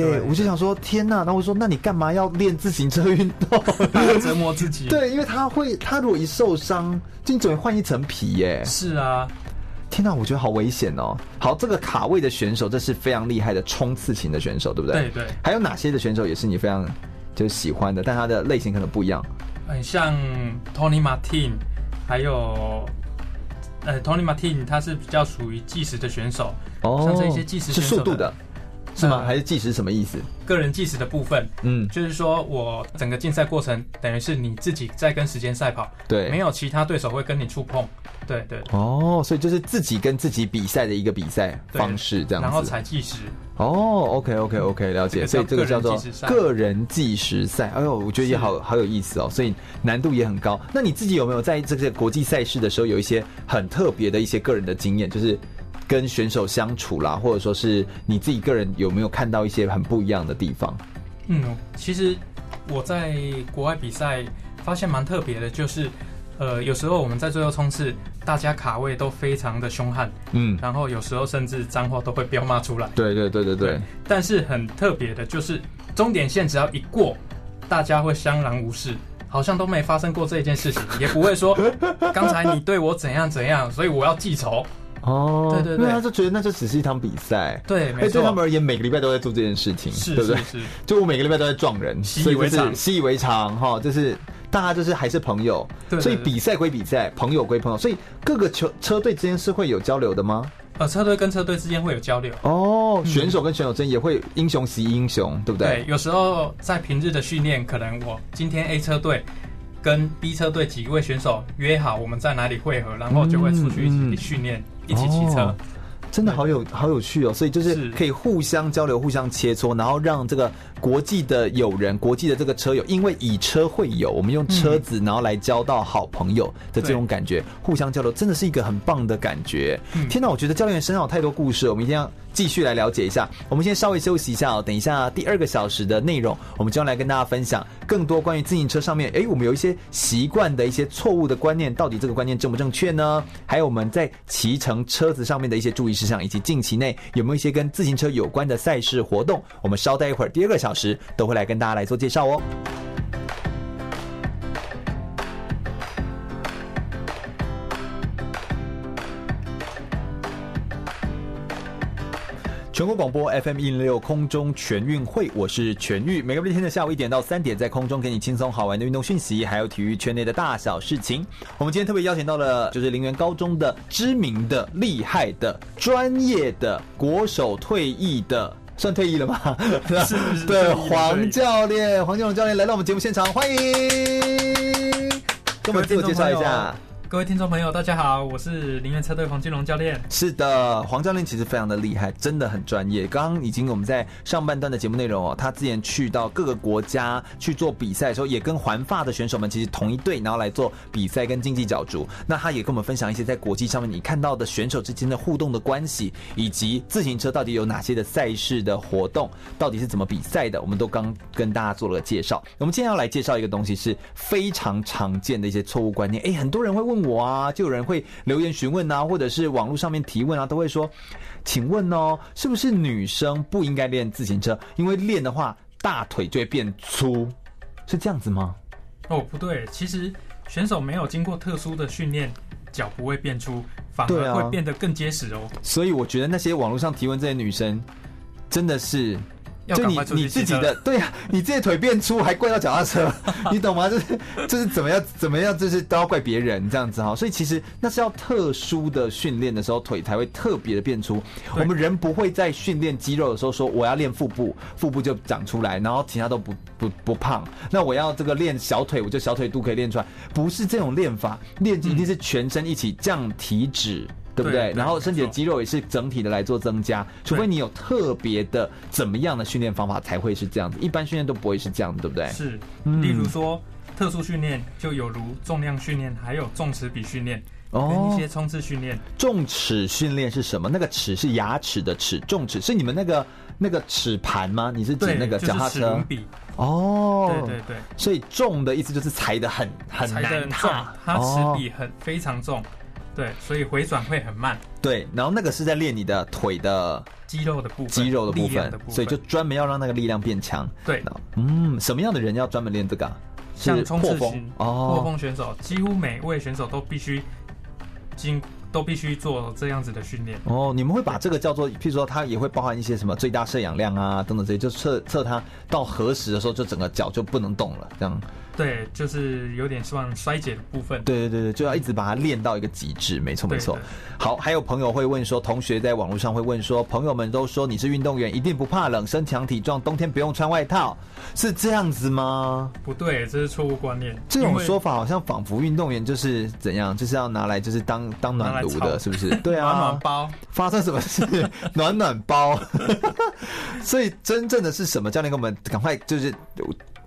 Speaker 2: 对
Speaker 1: 我就想说天呐，然后我说那你干嘛要练自行车运
Speaker 2: <laughs>
Speaker 1: 动？
Speaker 2: 折磨自己。，
Speaker 1: 对，因为他会，他如果一受伤，就你总会换一层皮耶。
Speaker 2: 是啊，
Speaker 1: 天呐，我觉得好危险哦！好，这个卡位的选手，这是非常厉害的冲刺型的选手，对不对？
Speaker 2: 对对，
Speaker 1: 还有哪些的选手也是你非常就是喜欢的，但他的类型可能不一样？
Speaker 2: 很像 Tony Martin，还有呃 Tony Martin，他是比较属于计时的选手，像是一些计时
Speaker 1: 哦是
Speaker 2: 选手
Speaker 1: 速度的，是吗？
Speaker 2: 呃
Speaker 1: 还是计时什么意思？
Speaker 2: 个人计时的部分。
Speaker 1: 嗯，
Speaker 2: 就是说我整个竞赛过程等于是你自己在跟时间赛跑，
Speaker 1: 对，
Speaker 2: 没。有其他对手会跟你触碰，对对，
Speaker 1: 哦，所以就是自己跟自己比赛的一个比赛
Speaker 2: 对
Speaker 1: 方式，这样子。
Speaker 2: 然后踩计时，
Speaker 1: 哦，OK OK OK，了解。所
Speaker 2: 这
Speaker 1: 以
Speaker 2: 个叫
Speaker 1: 这个叫做
Speaker 2: 个人计时赛
Speaker 1: 个人计时赛。哎呦，我觉得也好好有意思哦，所以难度也很高。那你自己有没有在这个国际赛事的时候有一些很特别的一些个人的经验，就是跟选手相处啦，或者说是你自己个人有没有看到一些很不一样的地方？
Speaker 2: 嗯，其实我在国外比赛发现蛮特别的，就是呃有时候我们在最后冲刺，大家卡位都非常的凶悍，
Speaker 1: 嗯，
Speaker 2: 然后有时候甚至脏话都会飙骂出来，
Speaker 1: 对对对对对
Speaker 2: 对，但是很特别的就是终点线只要一过，大家会相安无事。好像都没发生过这件事情，也不会说 <laughs> 刚才你对我怎样怎样，所以我要记仇。
Speaker 1: 哦，
Speaker 2: 对对对
Speaker 1: 因为他就觉得那就只是一场比赛。
Speaker 2: 对，
Speaker 1: 哎，
Speaker 2: 没
Speaker 1: 对
Speaker 2: 错，
Speaker 1: 他们而言，每个礼拜都在做这件事情，
Speaker 2: 是
Speaker 1: 对不对？
Speaker 2: 是是，
Speaker 1: 就我每个礼拜都在撞人，
Speaker 2: 习以
Speaker 1: 所以就
Speaker 2: 为
Speaker 1: 是
Speaker 2: 常
Speaker 1: 习以为常哈，就是大家就是还是朋友，
Speaker 2: 对对
Speaker 1: 所以
Speaker 2: 对
Speaker 1: 比赛归比赛，朋友归朋友，所以各个球车队之间是会有交流的吗？
Speaker 2: 呃，车队跟车队之间会有交流。
Speaker 1: 哦，选手跟选手之间也会英雄惜英雄，对不对？
Speaker 2: 对，有时候在平日的训练，可能我今天 A 车队跟 B 车队几位选手约好我们在哪里汇合，然后就会出去
Speaker 1: 嗯
Speaker 2: 一
Speaker 1: 嗯
Speaker 2: 起训练，一起骑车
Speaker 1: 哦。真的好有好有趣哦，所以就是
Speaker 2: 是
Speaker 1: 可以互相交流、互相切磋，然后让这个国际的友人、国际的这个车友，因为以车会友，我们用车子
Speaker 2: 嗯
Speaker 1: 然后来交到好朋友的这种感觉，互相交流真的是一个很棒的感觉。
Speaker 2: 嗯
Speaker 1: 天哪，我觉得教练身上有太多故事，我们一定要继续来了解一下。我们先稍微休息一下哦，等一下第二个小时的内容，我们将来跟大家分享更多关于自行车上面，诶，我们有一些习惯的一些错误的观念，到底这个观念正不正确呢？还有我们在骑乘车子上面的一些注意事项，以及近期内有没有一些跟自行车有关的赛事活动，我们稍待一会儿，第二个小时都会来跟大家来做介绍哦。全国广播 FM 一零六空中全运会，我是全玉。每个礼拜天的下午一点到三点，在空中给你轻松好玩的运动讯息，还有体育圈内的大小事情。我们今天特别邀请到了，就是林园高中的知名的、厉害的、专业的国手退役的。算退役了吧？
Speaker 5: <laughs>
Speaker 1: <laughs>
Speaker 5: 是是是
Speaker 1: 对
Speaker 5: 退役了退役
Speaker 1: 黄
Speaker 5: 了
Speaker 1: 教练，黄金龙教练来到我们节目现场，欢迎。跟我们自我介绍一下。
Speaker 5: 各位听众朋友，大家好，我是林园车队黄金龙教练。
Speaker 1: 是的，黄教练其实非常的厉害，真的很专业。刚刚已经我们在上半段的节目内容哦，他之前去到各个国家去做比赛的时候，也跟环法的选手们其实同一队，然后来做比赛跟竞技角逐。那他也跟我们分享一些在国际上面你看到的选手之间的互动的关系，以及自行车到底有哪些的赛事的活动，到底是怎么比赛的，我们都刚跟大家做了个介绍。我们今天要来介绍一个东西，是非常常见的一些错误观念。诶，很多人会问我啊，就有人会留言询问啊，或者是网络上面提问啊，都会说，请问哦，是不是女生不应该练自行车？因为练的话，大腿就会变粗，是这样子吗？
Speaker 2: 哦，不对，其实选手没有经过特殊的训练，脚不会变粗，反
Speaker 1: 对
Speaker 2: 而
Speaker 1: 啊
Speaker 2: 会变得更结实哦。
Speaker 1: 所以我觉得那些网络上提问这些女生，真的是。
Speaker 2: 要
Speaker 1: 就
Speaker 2: 赶
Speaker 1: 你
Speaker 2: 快出去
Speaker 1: 你自
Speaker 2: 骑
Speaker 1: 己
Speaker 2: 车
Speaker 1: 的对呀、你自己的腿变粗还怪到脚踏车， <laughs> 你懂吗？就是就是怎么样怎么样，就是都要怪别人这样子哈。所以其实那是要特殊的训练的时候，腿才会特别的变粗。我们人不会在训练肌肉的时候说我要练腹部，腹部就长出来，然后其他都不不不胖。那我要这个练小腿，我就小腿肚可以练出来，不是这种练法，练一定是全身一起降体脂。对不
Speaker 2: 嗯对
Speaker 1: 对？
Speaker 2: 对
Speaker 1: 然后身体的
Speaker 2: 没错
Speaker 1: 肌肉也是整体的来做增加，除非你有特别的怎么样的训练方法才会是这样子，一般训练都不会是这样子，对不对？
Speaker 2: 是，
Speaker 1: 嗯
Speaker 2: 例如说特殊训练就有如重量训练，还有重齿比训练，跟一
Speaker 1: 哦
Speaker 2: 些，冲刺训练。
Speaker 1: 重齿训练是什么？那个齿是牙齿的齿，重齿是你们那个那个齿盘吗？你是指
Speaker 2: 对，
Speaker 1: 那个
Speaker 2: 就
Speaker 1: 脚踏
Speaker 2: 是齿
Speaker 1: 车
Speaker 2: 轮？比，
Speaker 1: 哦，
Speaker 2: 对对对，
Speaker 1: 所以重的意思就是踩的很很
Speaker 2: 踩得
Speaker 1: 难
Speaker 2: 很重
Speaker 1: 踏，，
Speaker 2: 它
Speaker 1: 哦
Speaker 2: 齿比很非常重，对，所以回转会很慢，
Speaker 1: 对，然后那个是在练你的腿的
Speaker 2: 肌肉的部分，
Speaker 1: 肌肉的部
Speaker 2: 力量
Speaker 1: 分，
Speaker 2: 的部分，
Speaker 1: 所以就专门要让那个力量变强。
Speaker 2: 对，
Speaker 1: 嗯，什么样的人要专门练这个啊？是
Speaker 2: 像冲
Speaker 1: 破
Speaker 2: 刺
Speaker 1: 风哦
Speaker 2: 型破风选手，几乎每位选手都必须经都必须做这样子的训练。
Speaker 1: 哦，你们会把这个叫做，譬如说，它也会包含一些什么最大摄氧量啊，等等这些，就测测它到何时的时候，就整个脚就不能动了，这样。
Speaker 2: 对，就是有点像衰竭的部分。
Speaker 1: 对对对对，就要一直把它练到一个极致，没错没
Speaker 2: 对
Speaker 1: 错
Speaker 2: 对。
Speaker 1: 好，还有朋友会问说，同学在网络上会问说，朋友们都说你是运动员，一定不怕冷，身强体壮，冬天不用穿外套，是这样子吗？
Speaker 2: 不对，这是错误观念。
Speaker 1: 这
Speaker 2: 因
Speaker 1: 种
Speaker 2: 为
Speaker 1: 说法好像仿佛运动员就是怎样，就是要拿来就是当当
Speaker 2: 拿
Speaker 1: 暖
Speaker 2: 来
Speaker 1: 炉
Speaker 2: 炒
Speaker 1: 的，是不是？对啊，
Speaker 2: 暖暖包，
Speaker 1: 发生什么事？暖暖包。 <laughs> 所以真正的是什么？教练给我们赶快就是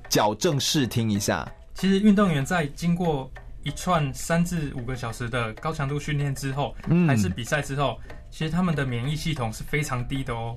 Speaker 1: 矫正视听一下。
Speaker 2: 其实运动员在经过一串三至五个小时的高强度训练之后，
Speaker 1: 嗯
Speaker 2: 还是比赛之后，其实他们的免疫系统是非常低的哦。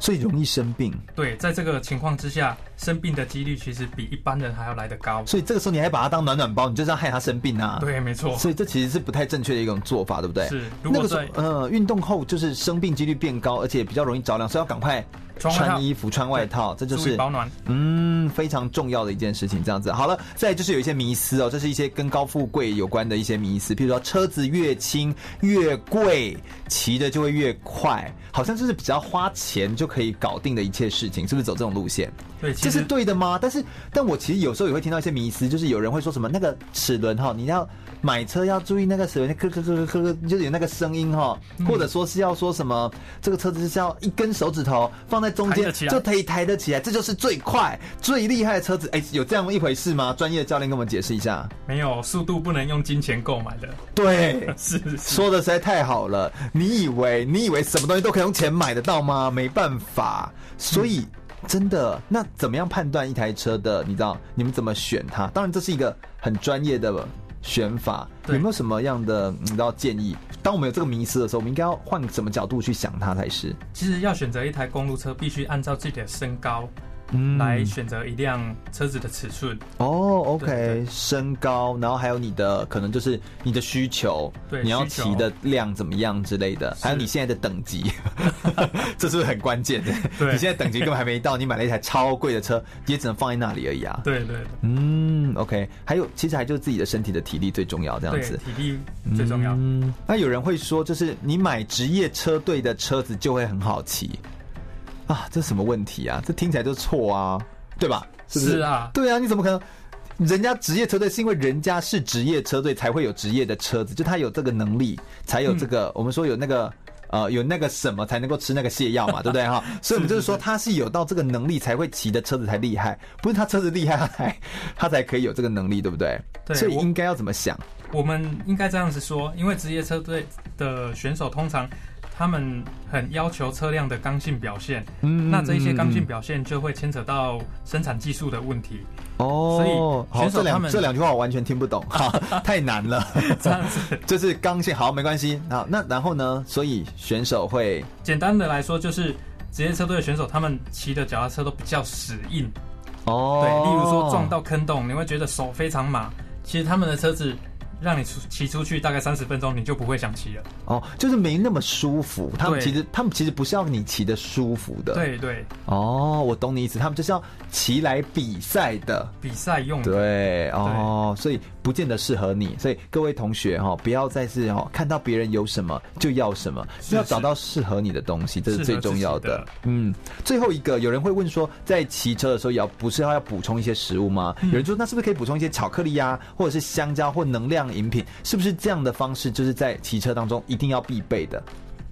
Speaker 1: 所以容易生病，
Speaker 2: 对，在这个情况之下，生病的几率其实比一般人还要来得高。
Speaker 1: 所以这个时候你还把它当暖暖包，你就是要害它生病啊。，
Speaker 2: 对，没错，
Speaker 1: 所以这其实是不太正确的一种做法，对不对？
Speaker 2: 是如
Speaker 1: 那
Speaker 2: 果
Speaker 1: 个时
Speaker 2: 在
Speaker 1: 候，呃，运动后就是生病几率变高，而且比较容易着凉，所以要赶快
Speaker 2: 穿外套
Speaker 1: 穿衣服、穿外套，这就
Speaker 2: 注意
Speaker 1: 是
Speaker 2: 保暖。
Speaker 1: 嗯，非常重要的一件事情，这样子。好了，再来就是有一些迷思哦，这是一些跟高富贵有关的一些迷思，譬如说车子越轻越贵，骑的就会越快，好像就是比较花钱就可以搞定的一切事情，是不是走这种路线？
Speaker 2: 对，
Speaker 1: 这
Speaker 2: 其
Speaker 1: 是
Speaker 2: 实
Speaker 1: 对的吗？但是，但我其实有时候也会听到一些迷思，就是有人会说什么那个齿轮哈，你要买车要注意那个齿轮，咯咯咯咯咯咯，就是有那个声音哈，
Speaker 6: 嗯
Speaker 1: 或者说是要说什么这个车子就是要一根手指头放在中
Speaker 6: 抬
Speaker 1: 间
Speaker 6: 得起来
Speaker 1: 就可以抬得起来，这就是最快最厉害的车子。哎，有这样一回事吗？专业的教练跟我们解释一下。
Speaker 2: 没有速度不能用金钱购买的。
Speaker 1: 对，
Speaker 2: 是是是，
Speaker 1: 说的实在太好了。你以为你以为什么东西都可以用钱买得到吗？没办法，所以真的，那怎么样判断一台车的？你知道你们怎么选它？当然，这是一个很专业的选法。有
Speaker 2: 对
Speaker 1: 没有什么样的嗯你知道建议？当我们有这个迷失的时候，我们应该要换什么角度去想它才是？
Speaker 2: 其实要选择一台公路车，必须按照自己的身高
Speaker 1: 嗯
Speaker 2: 来选择一辆车子的尺寸。
Speaker 1: 哦，OK，
Speaker 2: 对对
Speaker 1: 身高，然后还有你的可能就是你的需求，
Speaker 2: 对
Speaker 1: 你要
Speaker 2: 需求
Speaker 1: 骑的量怎么样之类的，还有你现在的等级， <laughs> 这是不是很关键的？
Speaker 2: <laughs> 对
Speaker 1: 你现在等级根本还没到，你买了一台超贵的车，也只能放在那里而已啊。
Speaker 2: 对对
Speaker 1: 嗯，OK，还有其实还就是自己的身体的体力最重要，这样
Speaker 2: 对，
Speaker 1: 子嗯
Speaker 2: 对，体力最重要。
Speaker 1: 嗯，那有人会说，就是你买职业车队的车子就会很好骑，啊，这什么问题啊？这听起来就错啊，对吧？是不是？
Speaker 7: 是啊，
Speaker 1: 对啊，你怎么可能？人家职业车队是因为人家是职业车队才会有职业的车子，就他有这个能力，才有这个、我们说有那个呃有那个什么才能够吃那个泻药嘛，对不对哈？所以我们就是说他是有到这个能力才会骑的车子才厉害，不是他车子厉害他 <laughs> 才他才可以有这个能力，对不对？
Speaker 2: 对
Speaker 1: 所以
Speaker 2: 我
Speaker 1: 应该要怎么想？
Speaker 2: 我们应该这样子说，因为职业车队的选手通常他们很要求车辆的刚性表现，
Speaker 1: 嗯
Speaker 2: 那这一些刚性
Speaker 1: 嗯
Speaker 2: 表现就会牵扯到生产技术的问题。
Speaker 1: 哦，
Speaker 2: 所以选
Speaker 1: 好这
Speaker 2: 手他
Speaker 1: 两
Speaker 2: 们
Speaker 1: 这两句话我完全听不懂，哈，
Speaker 2: <laughs>
Speaker 1: 太难了。
Speaker 2: 这样
Speaker 1: <laughs>
Speaker 2: 子，
Speaker 1: 就是刚性好没关系，好那然后呢？所以选手会
Speaker 2: 简单的来说就是。职业车队的选手，他们骑的脚踏车都比较死硬，
Speaker 1: 哦
Speaker 2: 对，例如说撞到坑洞，你会觉得手非常麻。其实他们的车子让你出骑出去大概三十分钟，你就不会想骑了。
Speaker 1: 哦，就是没那么舒服。他们
Speaker 2: 对
Speaker 1: 其实他们其实不是要你骑的舒服的，，
Speaker 2: 对对，
Speaker 1: 哦，我懂你意思，他们就是要骑来比赛的。
Speaker 2: 比赛用的。
Speaker 1: 对哦，所以不见得适合你，所以各位同学哈、哦，不要再是哦，看到别人有什么就要什么，
Speaker 2: 是
Speaker 1: 要找到适合你的东西，这是最重要
Speaker 2: 适
Speaker 1: 的
Speaker 2: 合自。
Speaker 1: 嗯，最后一个，有人会问说，在骑车的时候也要不是要要补充一些食物吗？
Speaker 2: 嗯
Speaker 1: 有人说，那是不是可以补充一些巧克力呀、或者是香蕉或能量饮品？是不是这样的方式就是在骑车当中一定要必备的？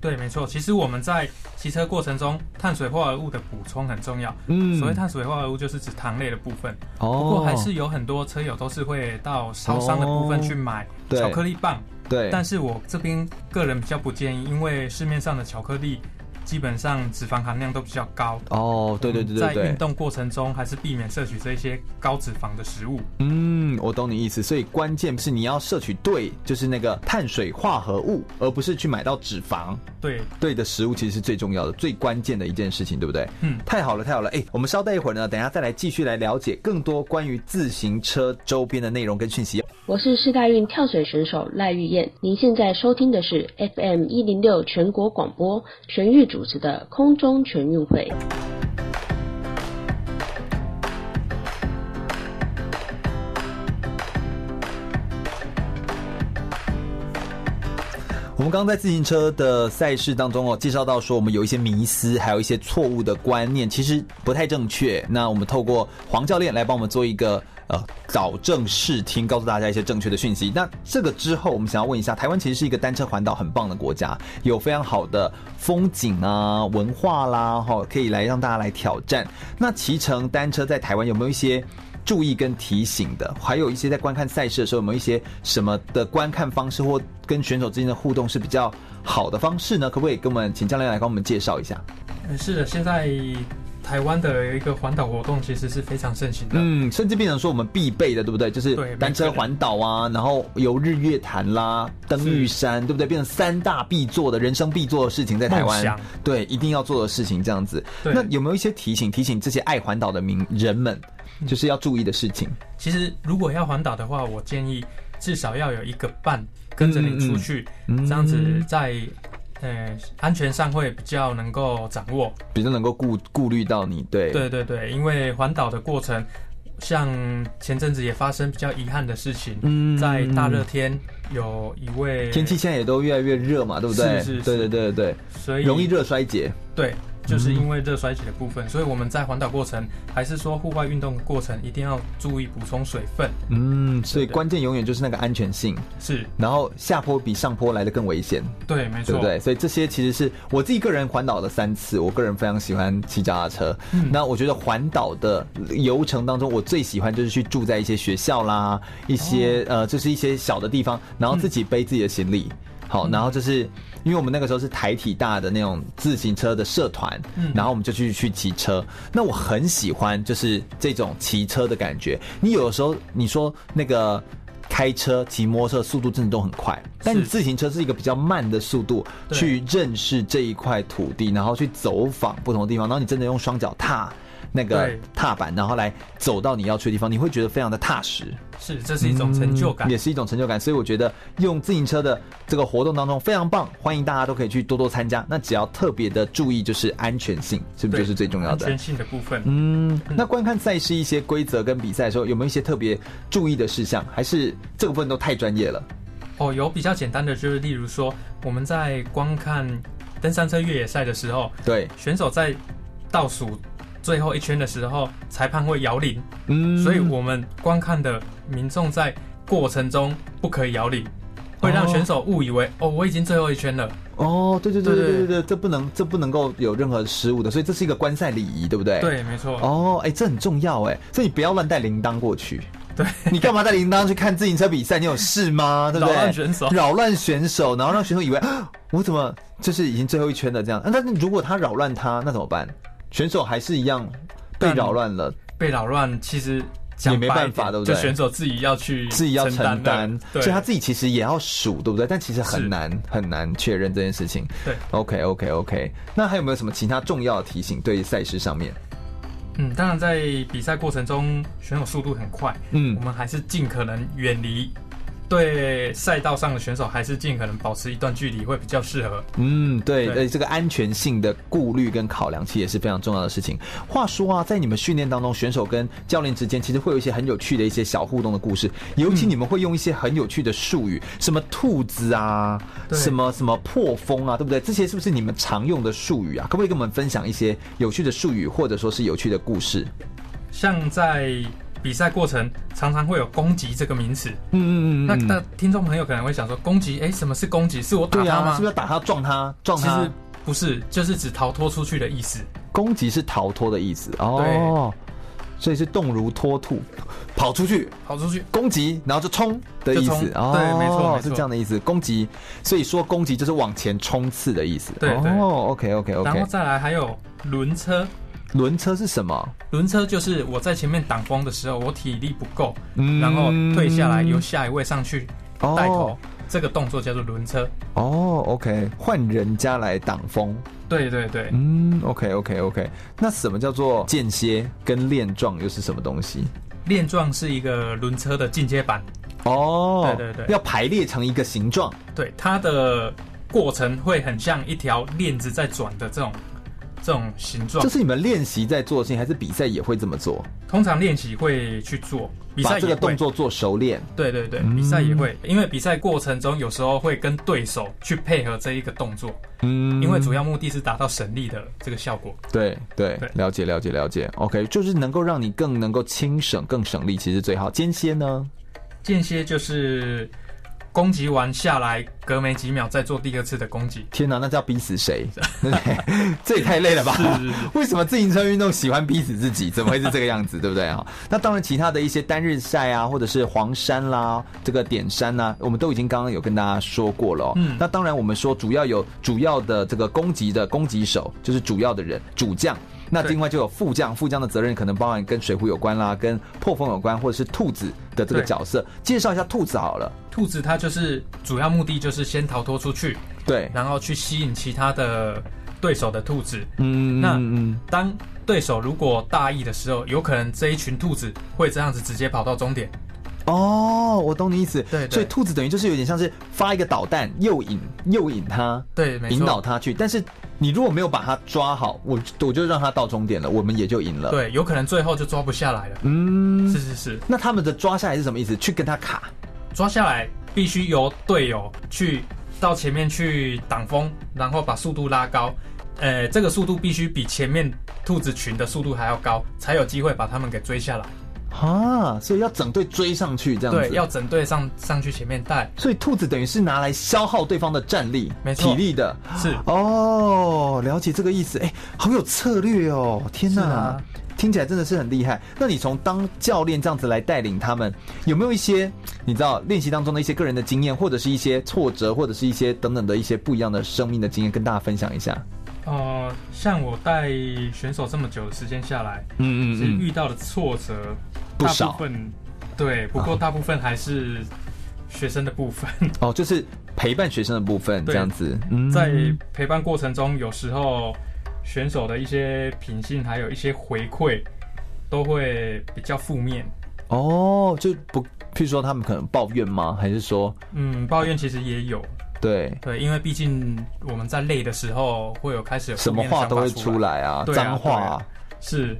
Speaker 2: 对，没错。其实我们在骑车过程中，碳水化合物的补充很重要。
Speaker 1: 嗯
Speaker 2: 所谓碳水化合物，就是指糖类的部分。
Speaker 1: 哦，
Speaker 2: 不过还是有很多车友都是会到超商的部分去买
Speaker 1: 哦对
Speaker 2: 巧克力棒，
Speaker 1: 对，
Speaker 2: 但是我这边个人比较不建议，因为市面上的巧克力基本上脂肪含量都比较高。
Speaker 1: 哦，对对对对
Speaker 2: 在运
Speaker 1: 对，
Speaker 2: 动过程中还是避免摄取这些高脂肪的食物。
Speaker 1: 嗯，我懂你意思，所以关键是你要摄取对，就是那个碳水化合物，而不是去买到脂肪。
Speaker 2: 对，
Speaker 1: 对的食物其实是最重要的、最关键的一件事情，对不对？
Speaker 2: 嗯
Speaker 1: 太好了，太好了。哎，我们稍待一会儿呢，等一下再来继续来了解更多关于自行车周边的内容跟讯息。
Speaker 8: 我是世大运跳水选手赖玉燕，您现在收听的是 FM 一零六全国广播全域主持的空中全运会。
Speaker 1: 我们刚刚在自行车的赛事当中哦，介绍到说我们有一些迷思，还有一些错误的观念，其实不太正确。那我们透过黄教练来帮我们做一个呃导正视听，告诉大家一些正确的讯息。那这个之后，我们想要问一下，台湾其实是一个单车环岛很棒的国家，有非常好的风景啊、文化啦，哈、可以来让大家来挑战。那骑乘单车在台湾有没有一些？注意跟提醒的，还有一些在观看赛事的时候，有没有一些什么的观看方式或跟选手之间的互动是比较好的方式呢？可不可以跟我们请教练来跟我们介绍一下？
Speaker 2: 嗯，是的，现在台湾的一个环岛活动其实是非常盛行的。
Speaker 1: 嗯，甚至变成说我们必备的，对不对？就是
Speaker 2: 对
Speaker 1: 单车环岛啊，然后游日月潭啦、登玉山，对不对？变成三大必做的人生必做的事情，在台
Speaker 2: 梦
Speaker 1: 湾
Speaker 2: 想，
Speaker 1: 对，一定要做的事情这样子。
Speaker 2: 对
Speaker 1: 那有没有一些提醒？提醒这些爱环岛的民人们，就是要注意的事情。
Speaker 2: 其实如果要环岛的话，我建议至少要有一个伴跟着你出去，
Speaker 1: 嗯
Speaker 2: 这样子在呃安全上会比较能够掌握。
Speaker 1: 比较能够顾顾虑到你，对，
Speaker 2: 对对对，因为环岛的过程，像前阵子也发生比较遗憾的事情，
Speaker 1: 嗯
Speaker 2: 在大热天有一位
Speaker 1: 天气，现在也都越来越热嘛，对不对？
Speaker 2: 是是是
Speaker 1: 对对对对
Speaker 2: 所
Speaker 1: 对，
Speaker 2: 以
Speaker 1: 容易热衰竭。
Speaker 2: 对。就是因为热衰竭的部分，所以我们在环岛过程，还是说户外运动的过程，一定要注意补充水分。
Speaker 1: 嗯，所以
Speaker 2: 对对
Speaker 1: 关键永远就是那个安全性，
Speaker 2: 是
Speaker 1: 然后下坡比上坡来的更危险，
Speaker 2: 对，没
Speaker 1: 对
Speaker 2: 错，
Speaker 1: 不对？所以这些其实是我自己个人环岛了三次，我个人非常喜欢骑脚踏车。
Speaker 2: 嗯
Speaker 1: 那我觉得环岛的游程当中，我最喜欢就是去住在一些学校啦，一些、
Speaker 2: 哦
Speaker 1: 呃，就是一些小的地方，然后自己背自己的行李。好，
Speaker 2: 嗯
Speaker 1: 然后就是因为我们那个时候是台体大的那种自行车的社团，
Speaker 2: 嗯
Speaker 1: 然后我们就去去骑车。那我很喜欢就是这种骑车的感觉。你有的时候你说那个开车、骑摩托车速度真的都很快，但你
Speaker 2: 是
Speaker 1: 自行车是一个比较慢的速度
Speaker 2: 对
Speaker 1: 去认识这一块土地，然后去走访不同的地方，然后你真的用双脚踏那个
Speaker 2: 对
Speaker 1: 踏板，然后来走到你要去的地方，你会觉得非常的踏实。
Speaker 2: 是这是一种成就感
Speaker 1: 嗯也。是一种成就感。所以我觉得用自行车的这个活动当中非常棒，欢迎大家都可以去多多参加。那只要特别的注意就是安全性，是不是就
Speaker 2: 对
Speaker 1: 是最重要
Speaker 2: 安
Speaker 1: 的
Speaker 2: 全？性的部分。
Speaker 1: 嗯，那观看赛事一些规则跟比赛的时候，有没有一些特别注意的事项？还是这个部分都太专业了？
Speaker 2: 哦，有比较简单的，就是例如说我们在观看登山车越野赛的时候，
Speaker 1: 对，
Speaker 2: 选手在倒数最后一圈的时候，裁判会摇铃，
Speaker 1: 嗯
Speaker 2: 所以我们观看的民众在过程中不可以摇铃，会让选手误以为哦我已经最后一圈了。
Speaker 1: 哦，对对对对
Speaker 2: 对
Speaker 1: 对
Speaker 2: 对
Speaker 1: 对对，这不能这不能够有任何失误的，所以这是一个观赛礼仪，对不对？。
Speaker 2: 对，没错。
Speaker 1: 哎哦，哎、这很重要哎，所以你不要乱带铃铛过去。
Speaker 2: 对，
Speaker 1: 你干嘛带铃铛去看自行车比赛？你有事
Speaker 2: <laughs>
Speaker 1: 吗？对不对？
Speaker 2: 扰乱选手
Speaker 1: 扰乱选手，然后让选手以为 <gasps> 啊我怎么就是已经最后一圈了这样。啊那、如果他扰乱他，那怎么办？选手还是一样被
Speaker 2: 但
Speaker 1: 扰乱了，
Speaker 2: 被扰乱其实讲
Speaker 1: 也没
Speaker 2: 白
Speaker 1: 办
Speaker 2: 一点
Speaker 1: 法对不对
Speaker 2: 就选手自己要去
Speaker 1: 自己要
Speaker 2: 承
Speaker 1: 承
Speaker 2: 担
Speaker 1: 担所
Speaker 2: 的，
Speaker 1: 以他
Speaker 2: 对，
Speaker 1: 自己其实也要数，对不对？但其实很
Speaker 2: 是
Speaker 1: 难很难确认这件事情。
Speaker 2: 对
Speaker 1: ，OK OK OK。那还有没有什么其他重要的提醒对于赛事上面？
Speaker 2: 嗯，当然在比赛过程中，选手速度很快，
Speaker 1: 嗯
Speaker 2: 我们还是尽可能远离。对赛道上的选手，还是尽可能保持一段距离会比较适合。
Speaker 1: 嗯，对，
Speaker 2: 对
Speaker 1: 呃，这个安全性的顾虑跟考量，其实也是非常重要的事情。话说啊，在你们训练当中，选手跟教练之间其实会有一些很有趣的一些小互动的故事，尤其你们会用一些很有趣的术语，什么兔子啊，
Speaker 2: 对
Speaker 1: 什么什么破风啊，对不对？这些是不是你们常用的术语啊？可不可以跟我们分享一些有趣的术语，或者说是有趣的故事？
Speaker 2: 像在比赛过程，常常会有攻击这个名词。
Speaker 1: 嗯嗯嗯，
Speaker 2: 那那听众朋友可能会想说，攻击，哎，什么是攻击？是我打
Speaker 1: 对
Speaker 2: 他
Speaker 1: 啊，
Speaker 2: 吗？
Speaker 1: 是不是要打他、撞他、撞
Speaker 2: 其
Speaker 1: 他
Speaker 2: 实？不是，就是指逃脱出去的意思。
Speaker 1: 攻击是逃脱的意思哦，所以是动如脱兔，跑出去
Speaker 2: 跑出去，
Speaker 1: 攻击，然后就冲的意
Speaker 2: 就
Speaker 1: 思
Speaker 2: 冲
Speaker 1: 哦，
Speaker 2: 对没错没错
Speaker 1: 是这样的意思。攻击，所以说攻击就是往前冲刺的意思。
Speaker 2: 对对
Speaker 1: 哦，OK OK
Speaker 2: 然后
Speaker 1: OK。
Speaker 2: 再来还有轮车。
Speaker 1: 轮车是什么？
Speaker 2: 轮车就是我在前面挡风的时候，我体力不够，
Speaker 1: 嗯
Speaker 2: 然后退下来，由下一位上去带头，这个动作叫做轮车。
Speaker 1: 哦，OK，换人家来挡风。
Speaker 2: 对对对，
Speaker 1: 嗯，OK OK OK。那什么叫做间歇跟链状又是什么东西？
Speaker 2: 链状是一个轮车的进阶版，
Speaker 1: 哦，
Speaker 2: 对对对
Speaker 1: 要排列成一个形状。
Speaker 2: 对它的过程会很像一条链子在转的这种这种形状
Speaker 1: 这。是你们练习在做的事情，还是比赛也会这么做？
Speaker 2: 通常练习会去做，比赛
Speaker 1: 把这
Speaker 2: 也
Speaker 1: 个动
Speaker 2: 会。
Speaker 1: 作做熟练。
Speaker 2: 对对对，
Speaker 1: 嗯
Speaker 2: 比赛也会，因为比赛过程中有时候会跟对手去配合这一个动作，
Speaker 1: 嗯
Speaker 2: 因为主要目的是达到省力的这个效果。
Speaker 1: 对对
Speaker 2: 对，
Speaker 1: 了解了解了解。OK，就是能够让你更能够轻省、更省力，其实最好。间歇呢？
Speaker 2: 间歇就是攻击完下来，隔没几秒再做第二次的攻击。
Speaker 1: 天哪，那叫逼死谁？对不对？这也太累了吧？ <laughs> 为什么自行车运动喜欢逼死自己？怎么会是这个样子？对不对啊？那当然，其他的一些单日赛啊，或者是黄山啦、这个点山啦、我们都已经刚刚有跟大家说过了、哦。
Speaker 2: 嗯
Speaker 1: 那当然，我们说主要有主要的这个攻击的攻击手，就是主要的人主将。那
Speaker 2: 对
Speaker 1: 另外就有副将，副将的责任可能包含跟水壶有关啦，跟破风有关，或者是兔子的这个
Speaker 2: 对
Speaker 1: 角色。介绍一下兔子好了。
Speaker 2: 兔子它就是主要目的就是先逃脱出去，
Speaker 1: 对，
Speaker 2: 然后去吸引其他的对手的兔子。
Speaker 1: 嗯，
Speaker 2: 那
Speaker 1: 嗯嗯
Speaker 2: 当对手如果大意的时候，有可能这一群兔子会这样子直接跑到终点。
Speaker 1: 哦，我懂你意思。
Speaker 2: 对对
Speaker 1: 所以兔子等于就是有点像是发一个导弹，诱引诱引它，
Speaker 2: 对，没错。
Speaker 1: 引导它去。但是你如果没有把它抓好，我我就让它到终点了，我们也就赢了。，
Speaker 2: 对，有可能最后就抓不下来了。
Speaker 1: 嗯
Speaker 2: 是。是是，
Speaker 1: 那他们的抓下来是什么意思？去跟它卡。
Speaker 2: 抓下来必须由队友去到前面去挡风，然后把速度拉高。呃，这个速度必须比前面兔子群的速度还要高，才有机会把他们给追下来。
Speaker 1: 啊，所以要整队追上去这样子。
Speaker 2: 对，要整队上上去前面带。
Speaker 1: 所以兔子等于是拿来消耗对方的战力、
Speaker 2: 没错
Speaker 1: 体力的。
Speaker 2: 是，
Speaker 1: 哦，了解这个意思。哎、好有策略哦！天哪，
Speaker 2: 是啊
Speaker 1: 听起来真的是很厉害。那你从当教练这样子来带领他们，有没有一些你知道练习当中的一些个人的经验，或者是一些挫折，或者是一些等等的一些不一样的生命的经验，跟大家分享一下？
Speaker 2: 呃，像我带选手这么久的时间下来，
Speaker 1: 嗯
Speaker 2: 其实遇到的挫折
Speaker 1: 不
Speaker 2: 大
Speaker 1: 少
Speaker 2: 部分对，不过大部分还是学生的部分。
Speaker 1: 哦，就是陪伴学生的部分这
Speaker 2: 对
Speaker 1: 样子。嗯
Speaker 2: <laughs> 在陪伴过程中，有时候选手的一些品性，还有一些回馈，都会比较负面。
Speaker 1: 哦，就不，譬如说他们可能抱怨吗？还是说
Speaker 2: 嗯，抱怨其实也有，
Speaker 1: 对？
Speaker 2: 对，因为毕竟我们在累的时候，会有开始有
Speaker 1: 什
Speaker 2: 负
Speaker 1: 么
Speaker 2: 面的
Speaker 1: 话
Speaker 2: 想法
Speaker 1: 都会
Speaker 2: 出
Speaker 1: 出，来啊，
Speaker 2: 对啊
Speaker 1: 脏话、
Speaker 2: 对啊是，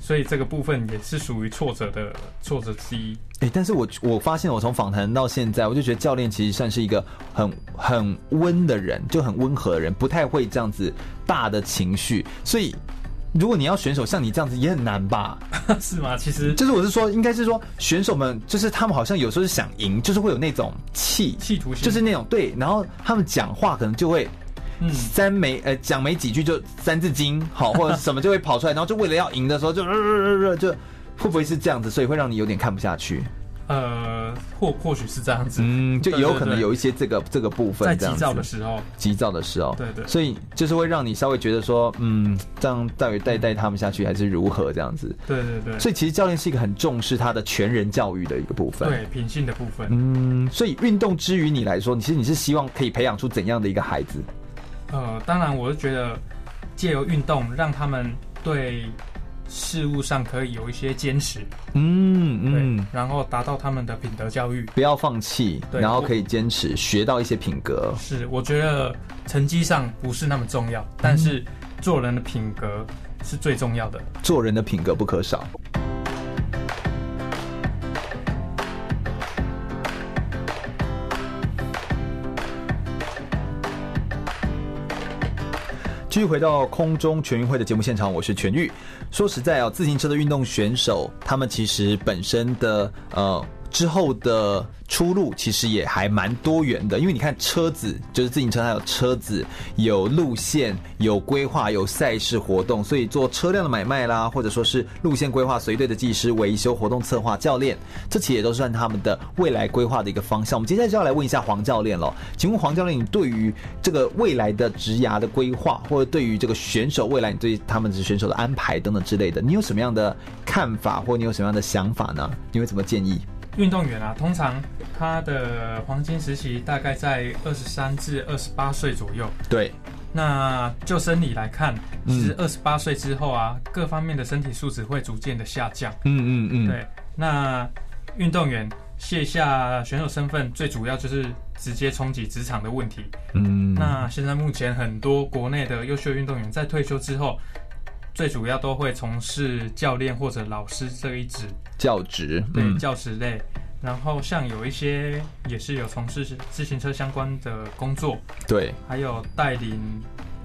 Speaker 2: 所以这个部分也是属于挫折的挫折之一。 <laughs>
Speaker 1: 哎、但是我我发现我从访谈到现在，我就觉得教练其实算是一个很很温的人，就很温和的人，不太会这样子大的情绪，所以如果你要选手像你这样子也很难吧？
Speaker 2: 是吗？其实
Speaker 1: 就是我是说，应该是说选手们，就是他们好像有时候是想赢，就是会有那种气，
Speaker 2: 企图心
Speaker 1: 就是那种对，然后他们讲话可能就会
Speaker 2: 嗯，
Speaker 1: 三没呃讲没几句就三字经好或者是什么就会跑出来，然后就为了要赢的时候就、呃呃呃、就会不会是这样子，所以会让你有点看不下去？
Speaker 2: 呃，或或许是这样子，
Speaker 1: 嗯，就
Speaker 2: 对对
Speaker 1: 有可能
Speaker 2: 对
Speaker 1: 有一些这个这个部
Speaker 2: 在
Speaker 1: 分这
Speaker 2: 急
Speaker 1: 样子
Speaker 2: 躁的时候，
Speaker 1: 急躁的时候，
Speaker 2: 对对
Speaker 1: 所以就是会让你稍微觉得说，嗯，这样到底带带他们下去还是如何这样子？
Speaker 2: 对嗯对对，
Speaker 1: 所以其实教练是一个很重视他的全人教育的一个部分。，
Speaker 2: 对品性的部分，
Speaker 1: 嗯，所以运动之于你来说，你其实你是希望可以培养出怎样的一个孩子？
Speaker 2: 呃，当然，我是觉得借由运动，让他们对事物上可以有一些坚持，
Speaker 1: 嗯
Speaker 2: 对，
Speaker 1: 嗯，
Speaker 2: 然后达到他们的品德教育。
Speaker 1: 不要放弃，
Speaker 2: 对
Speaker 1: 然后可以坚持，学到一些品格。
Speaker 2: 是，我觉得成绩上不是那么重要，但
Speaker 1: 嗯
Speaker 2: 是做人的品格是最重要的。
Speaker 1: 做人的品格不可少。继续回到空中全运会的节目现场，我是全玉。说实在哦，自行车的运动选手，他们其实本身的呃之后的出路其实也还蛮多元的，因为你看车子，就是自行车，它有车子，有路线，有规划，有赛事活动，所以做车辆的买卖啦，或者说是路线规划、随队的技师、维修、活动策划、教练，这其实也都是算他们的未来规划的一个方向。我们接下来就要来问一下黄教练了，请问黄教练，你对于这个未来的职涯的规划，或者对于这个选手未来你对他们的选手的安排等等之类的，你有什么样的看法，或你有什么样的想法呢？嗯你会怎么建议？
Speaker 2: 运动员啊，通常他的黄金时期大概在二十三至二十八岁左右。
Speaker 1: 对，
Speaker 2: 那就生理来看，
Speaker 1: 嗯
Speaker 2: 其实二十八岁之后啊，各方面的身体素质会逐渐的下降。
Speaker 1: 嗯嗯嗯，
Speaker 2: 对，那运动员卸下选手身份，最主要就是直接冲击职场的问题。
Speaker 1: 嗯，
Speaker 2: 那现在目前很多国内的优秀运动员在退休之后，最主要都会从事教练或者老师这一职，
Speaker 1: 教职，
Speaker 2: 对、
Speaker 1: 嗯
Speaker 2: 教职类。然后像有一些也是有从事自行车相关的工作，
Speaker 1: 对，
Speaker 2: 还有带领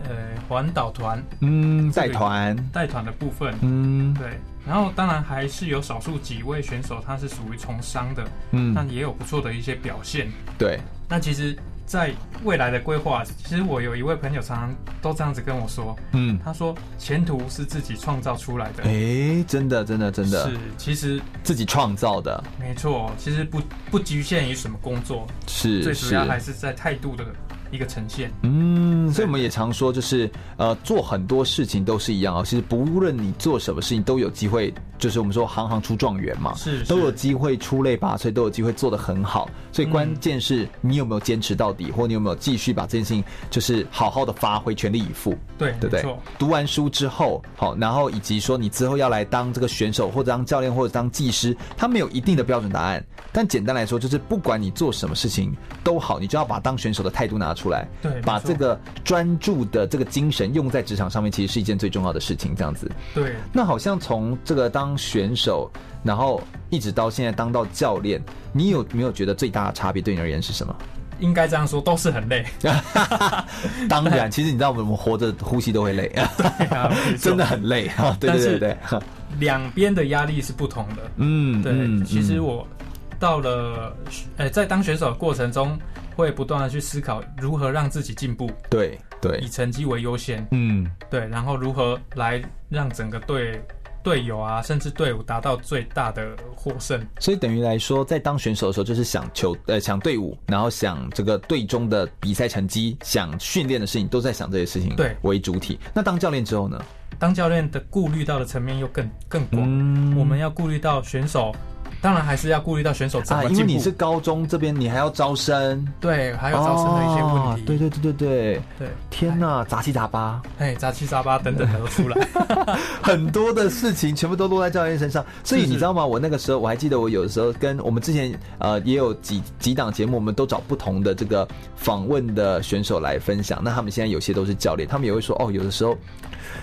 Speaker 2: 呃环岛团
Speaker 1: 嗯，
Speaker 2: 这
Speaker 1: 带
Speaker 2: 个
Speaker 1: 团，
Speaker 2: 带团的部分，
Speaker 1: 嗯
Speaker 2: 对。然后当然还是有少数几位选手他是属于从商的，但
Speaker 1: 嗯，
Speaker 2: 也有不错的一些表现。
Speaker 1: 对，
Speaker 2: 那其实，在未来的规划，其实我有一位朋友常常都这样子跟我说，
Speaker 1: 嗯，
Speaker 2: 他说前途是自己创造出来的，
Speaker 1: 哎，真的真的真的
Speaker 2: 是，其实
Speaker 1: 自己创造的，
Speaker 2: 没错，其实不不局限于什么工作，
Speaker 1: 是
Speaker 2: 最主要
Speaker 1: 是
Speaker 2: 还是在态度的一个呈现。
Speaker 1: 嗯，所以我们也常说，就是呃，做很多事情都是一样啊、其实不论你做什么事情，都有机会，就是我们说行行出状元嘛，
Speaker 2: 是
Speaker 1: 都有机会出类拔萃，都有机会做得很好。所以关键是你有没有坚持到底，或你有没有继续把这件事情就是好好的发挥，全力以赴。对
Speaker 2: 对，
Speaker 1: 不
Speaker 2: 没
Speaker 1: 对
Speaker 2: 错，？
Speaker 1: 读完书之后，好，然后以及说你之后要来当这个选手或者当教练或者当技师，他没有一定的标准答案，但简单来说就是不管你做什么事情都好，你就要把当选手的态度拿出来，
Speaker 2: 对没
Speaker 1: 把
Speaker 2: 错
Speaker 1: 这个专注的这个精神用在职场上面，其实是一件最重要的事情，这样子。
Speaker 2: 对，
Speaker 1: 那好像从这个当选手，然后一直到现在当到教练，你有没有觉得最大的差别对你而言是什么？
Speaker 2: 应该这样说，都是
Speaker 1: <laughs>
Speaker 2: 很累，
Speaker 1: 当
Speaker 2: <laughs>
Speaker 1: 然，其实你知道我们活着呼吸都会累， <laughs>
Speaker 2: 啊 <laughs> 没错
Speaker 1: 真的很累啊！对
Speaker 2: 但
Speaker 1: 对对
Speaker 2: 是
Speaker 1: 对。
Speaker 2: 两边的压力是不同的。
Speaker 1: 嗯，
Speaker 2: 对，
Speaker 1: 嗯
Speaker 2: 其实我到了，呃，在当选手的过程中，会不断的去思考如何让自己进步，
Speaker 1: 嗯对对
Speaker 2: 以，成绩为优先，
Speaker 1: 嗯
Speaker 2: 对，然后如何来让整个队队友啊，甚至队伍达到最大的获胜。
Speaker 1: 所以等于来说，在当选手的时候，就是想球呃想队伍，然后想这个队中的比赛成绩，想训练的事情，都在想这些事情
Speaker 2: 对
Speaker 1: 为主体。那当教练之后呢？
Speaker 2: 当教练的顾虑到的层面又更更广，
Speaker 1: 嗯
Speaker 2: 我们要顾虑到选手，当然还是要顾虑到选手怎
Speaker 1: 啊，
Speaker 2: 么
Speaker 1: 因为
Speaker 2: 进步，
Speaker 1: 你是高中这边，你还要招生，
Speaker 2: 对，还有招生的一些问
Speaker 1: 哦
Speaker 2: 题，哎
Speaker 1: 对对对对对，
Speaker 2: 对，
Speaker 1: 天哪，杂七杂八，
Speaker 2: 哎，杂七杂八等等的都
Speaker 1: <laughs>
Speaker 2: 出来，
Speaker 1: 很多的事情全部都落在教练身上，所以
Speaker 2: 是是
Speaker 1: 你知道吗？我那个时候我还记得，我有的时候跟我们之前呃也有几几档节目，我们都找不同的这个访问的选手来分享。那他们现在有些都是教练，他们也会说哦，有的时候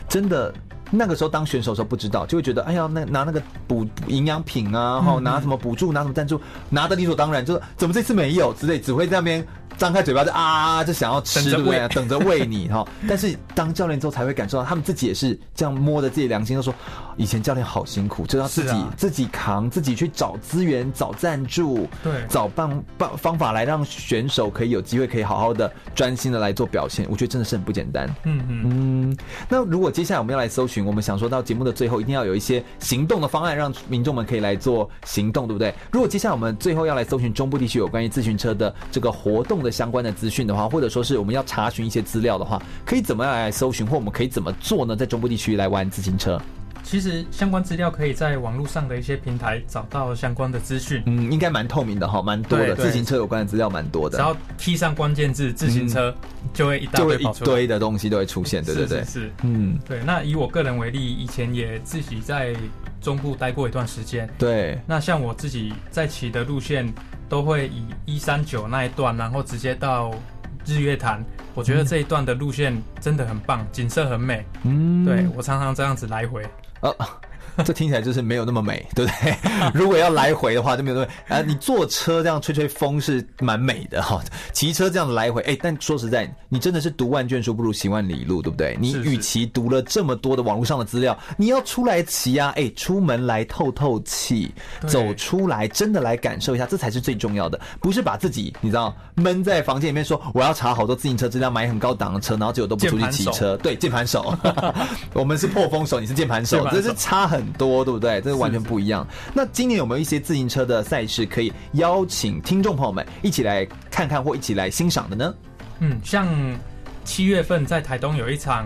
Speaker 1: 真的。那个时候当选手的时候不知道，就会觉得哎呀，那拿那个补补营养
Speaker 2: 嗯
Speaker 1: 品啊，然后拿什么补助，拿什么赞助，拿的理所当然，就是怎么这次没有之类，只会在那边张开嘴巴就啊，就想要吃，
Speaker 2: 等着
Speaker 1: 对不对？
Speaker 2: 喂
Speaker 1: 等着喂你哈。但是当教练之后才会感受到，他们自己也是这样摸着自己良心，就说以前教练好辛苦，就要自己、
Speaker 2: 是啊
Speaker 1: 自己扛，自己去找资源、找赞助，
Speaker 2: 对
Speaker 1: 找办办方法来让选手可以有机会可以好好的专心的来做表现。我觉得真的是很不简单。
Speaker 2: 嗯嗯，
Speaker 1: 嗯，那如果接下来我们要来搜寻，我们想说到节目的最后，一定要有一些行动的方案，让民众们可以来做行动，对不对？如果接下来我们最后要来搜寻中部地区有关于自行车的这个活动的相关的资讯的话，或者说是我们要查询一些资料的话，可以怎么样来搜寻，或我们可以怎么做呢？在中部地区来玩自行车，
Speaker 2: 其实相关资料可以在网络上的一些平台找到相关的资讯，
Speaker 1: 嗯，应该蛮透明的哈，蛮多的
Speaker 2: 对对
Speaker 1: 自行车有关的资料蛮多
Speaker 2: 只
Speaker 1: 的，
Speaker 2: 要 key 上关键字“自行车”，就会一
Speaker 1: 嗯
Speaker 2: 大
Speaker 1: 就会
Speaker 2: 堆
Speaker 1: 一
Speaker 2: 跑出来。
Speaker 1: 堆的东西都会出现，对对
Speaker 2: 是
Speaker 1: 对
Speaker 2: 是，是，
Speaker 1: 嗯，
Speaker 2: 对。那以我个人为例，以前也自己在中部待过一段时间。
Speaker 1: 对，
Speaker 2: 那像我自己在骑的路线，都会以一三九那一段，然后直接到日月潭。我觉得这一段的路线真的很棒，景色很美。
Speaker 1: 嗯，
Speaker 2: 对我常常这样子来回。
Speaker 1: 呃， <laughs> 这听起来就是没有那么美，对不对？ <laughs> 如果要来回的话，就没有那么美。啊，你坐车这样吹吹风是蛮美的哈、骑车这样来回，哎，但说实在，你真的是读万卷书不如行万里路，对不对？你
Speaker 2: 是是
Speaker 1: 与其读了这么多的网络上的资料，你要出来骑啊，哎，出门来透透气，
Speaker 2: 对
Speaker 1: 走出来，真的来感受一下，这才是最重要的，不是把自己你知道闷在房间里面说我要查好多自行车资料，买很高档的车，然后结果都不出去骑
Speaker 2: 键盘
Speaker 1: 车，呃对，键盘手， <laughs> 我们是破风手，你是键盘手
Speaker 2: 键，盘
Speaker 1: 这
Speaker 2: 手
Speaker 1: 是差很多，对不对？这是完全不一样。那今年有没有一些自行车的赛事可以邀请听众朋友们一起来看看或一起来欣赏的呢？
Speaker 2: 嗯，像七月份在台东有一场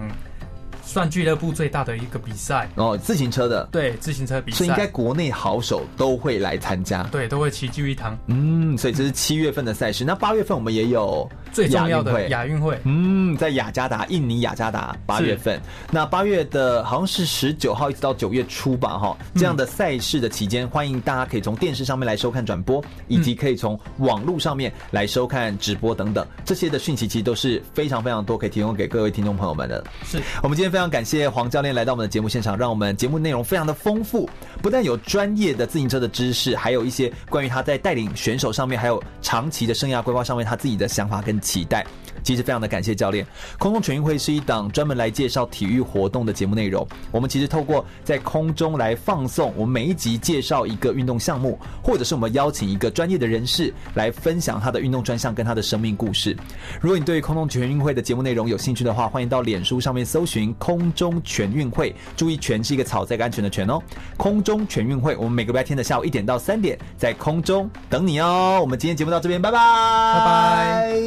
Speaker 2: 算俱乐部最大的一个比赛，
Speaker 1: 哦，自行车的，
Speaker 2: 对自行车比
Speaker 1: 所以应该
Speaker 2: 赛，
Speaker 1: 国内好手都会来参加。
Speaker 2: 对都会齐聚一堂。
Speaker 1: 嗯，所以这是七月份的赛事。那八月份我们也有
Speaker 2: 最重要
Speaker 1: 亚运
Speaker 2: 的
Speaker 1: 会
Speaker 2: 亚运会，
Speaker 1: 嗯，在雅加达，印尼雅加达，八月份。那八月的好像是十九号一直到九月初吧，哈，这样的赛事的期间，欢迎大家可以从电视上面来收看转播，以及可以从网络上面来收看直播等等，这些的讯息其实都是非常非常多，可以提供给各位听众朋友们的。
Speaker 2: 是
Speaker 1: 我们今天非常感谢黄教练来到我们的节目现场，让我们节目内容非常的丰富，不但有专业的自行车的知识，还有一些关于他在带领选手上面，还有长期的生涯规划上面他自己的想法跟期待。其实非常的感谢教练。空中全运会是一档专门来介绍体育活动的节目内容。我们其实透过在空中来放送，我们每一集介绍一个运动项目，或者是我们邀请一个专业的人士来分享他的运动专项跟他的生命故事。如果你对空中全运会的节目内容有兴趣的话，欢迎到脸书上面搜寻“空中全运会”，注意“全”是一个草在一个安全的“全”哦。空中全运会，我们每个礼拜天的下午一点到三点在空中等你哦。我们今天节目到这边，拜拜，
Speaker 2: 拜
Speaker 1: 拜。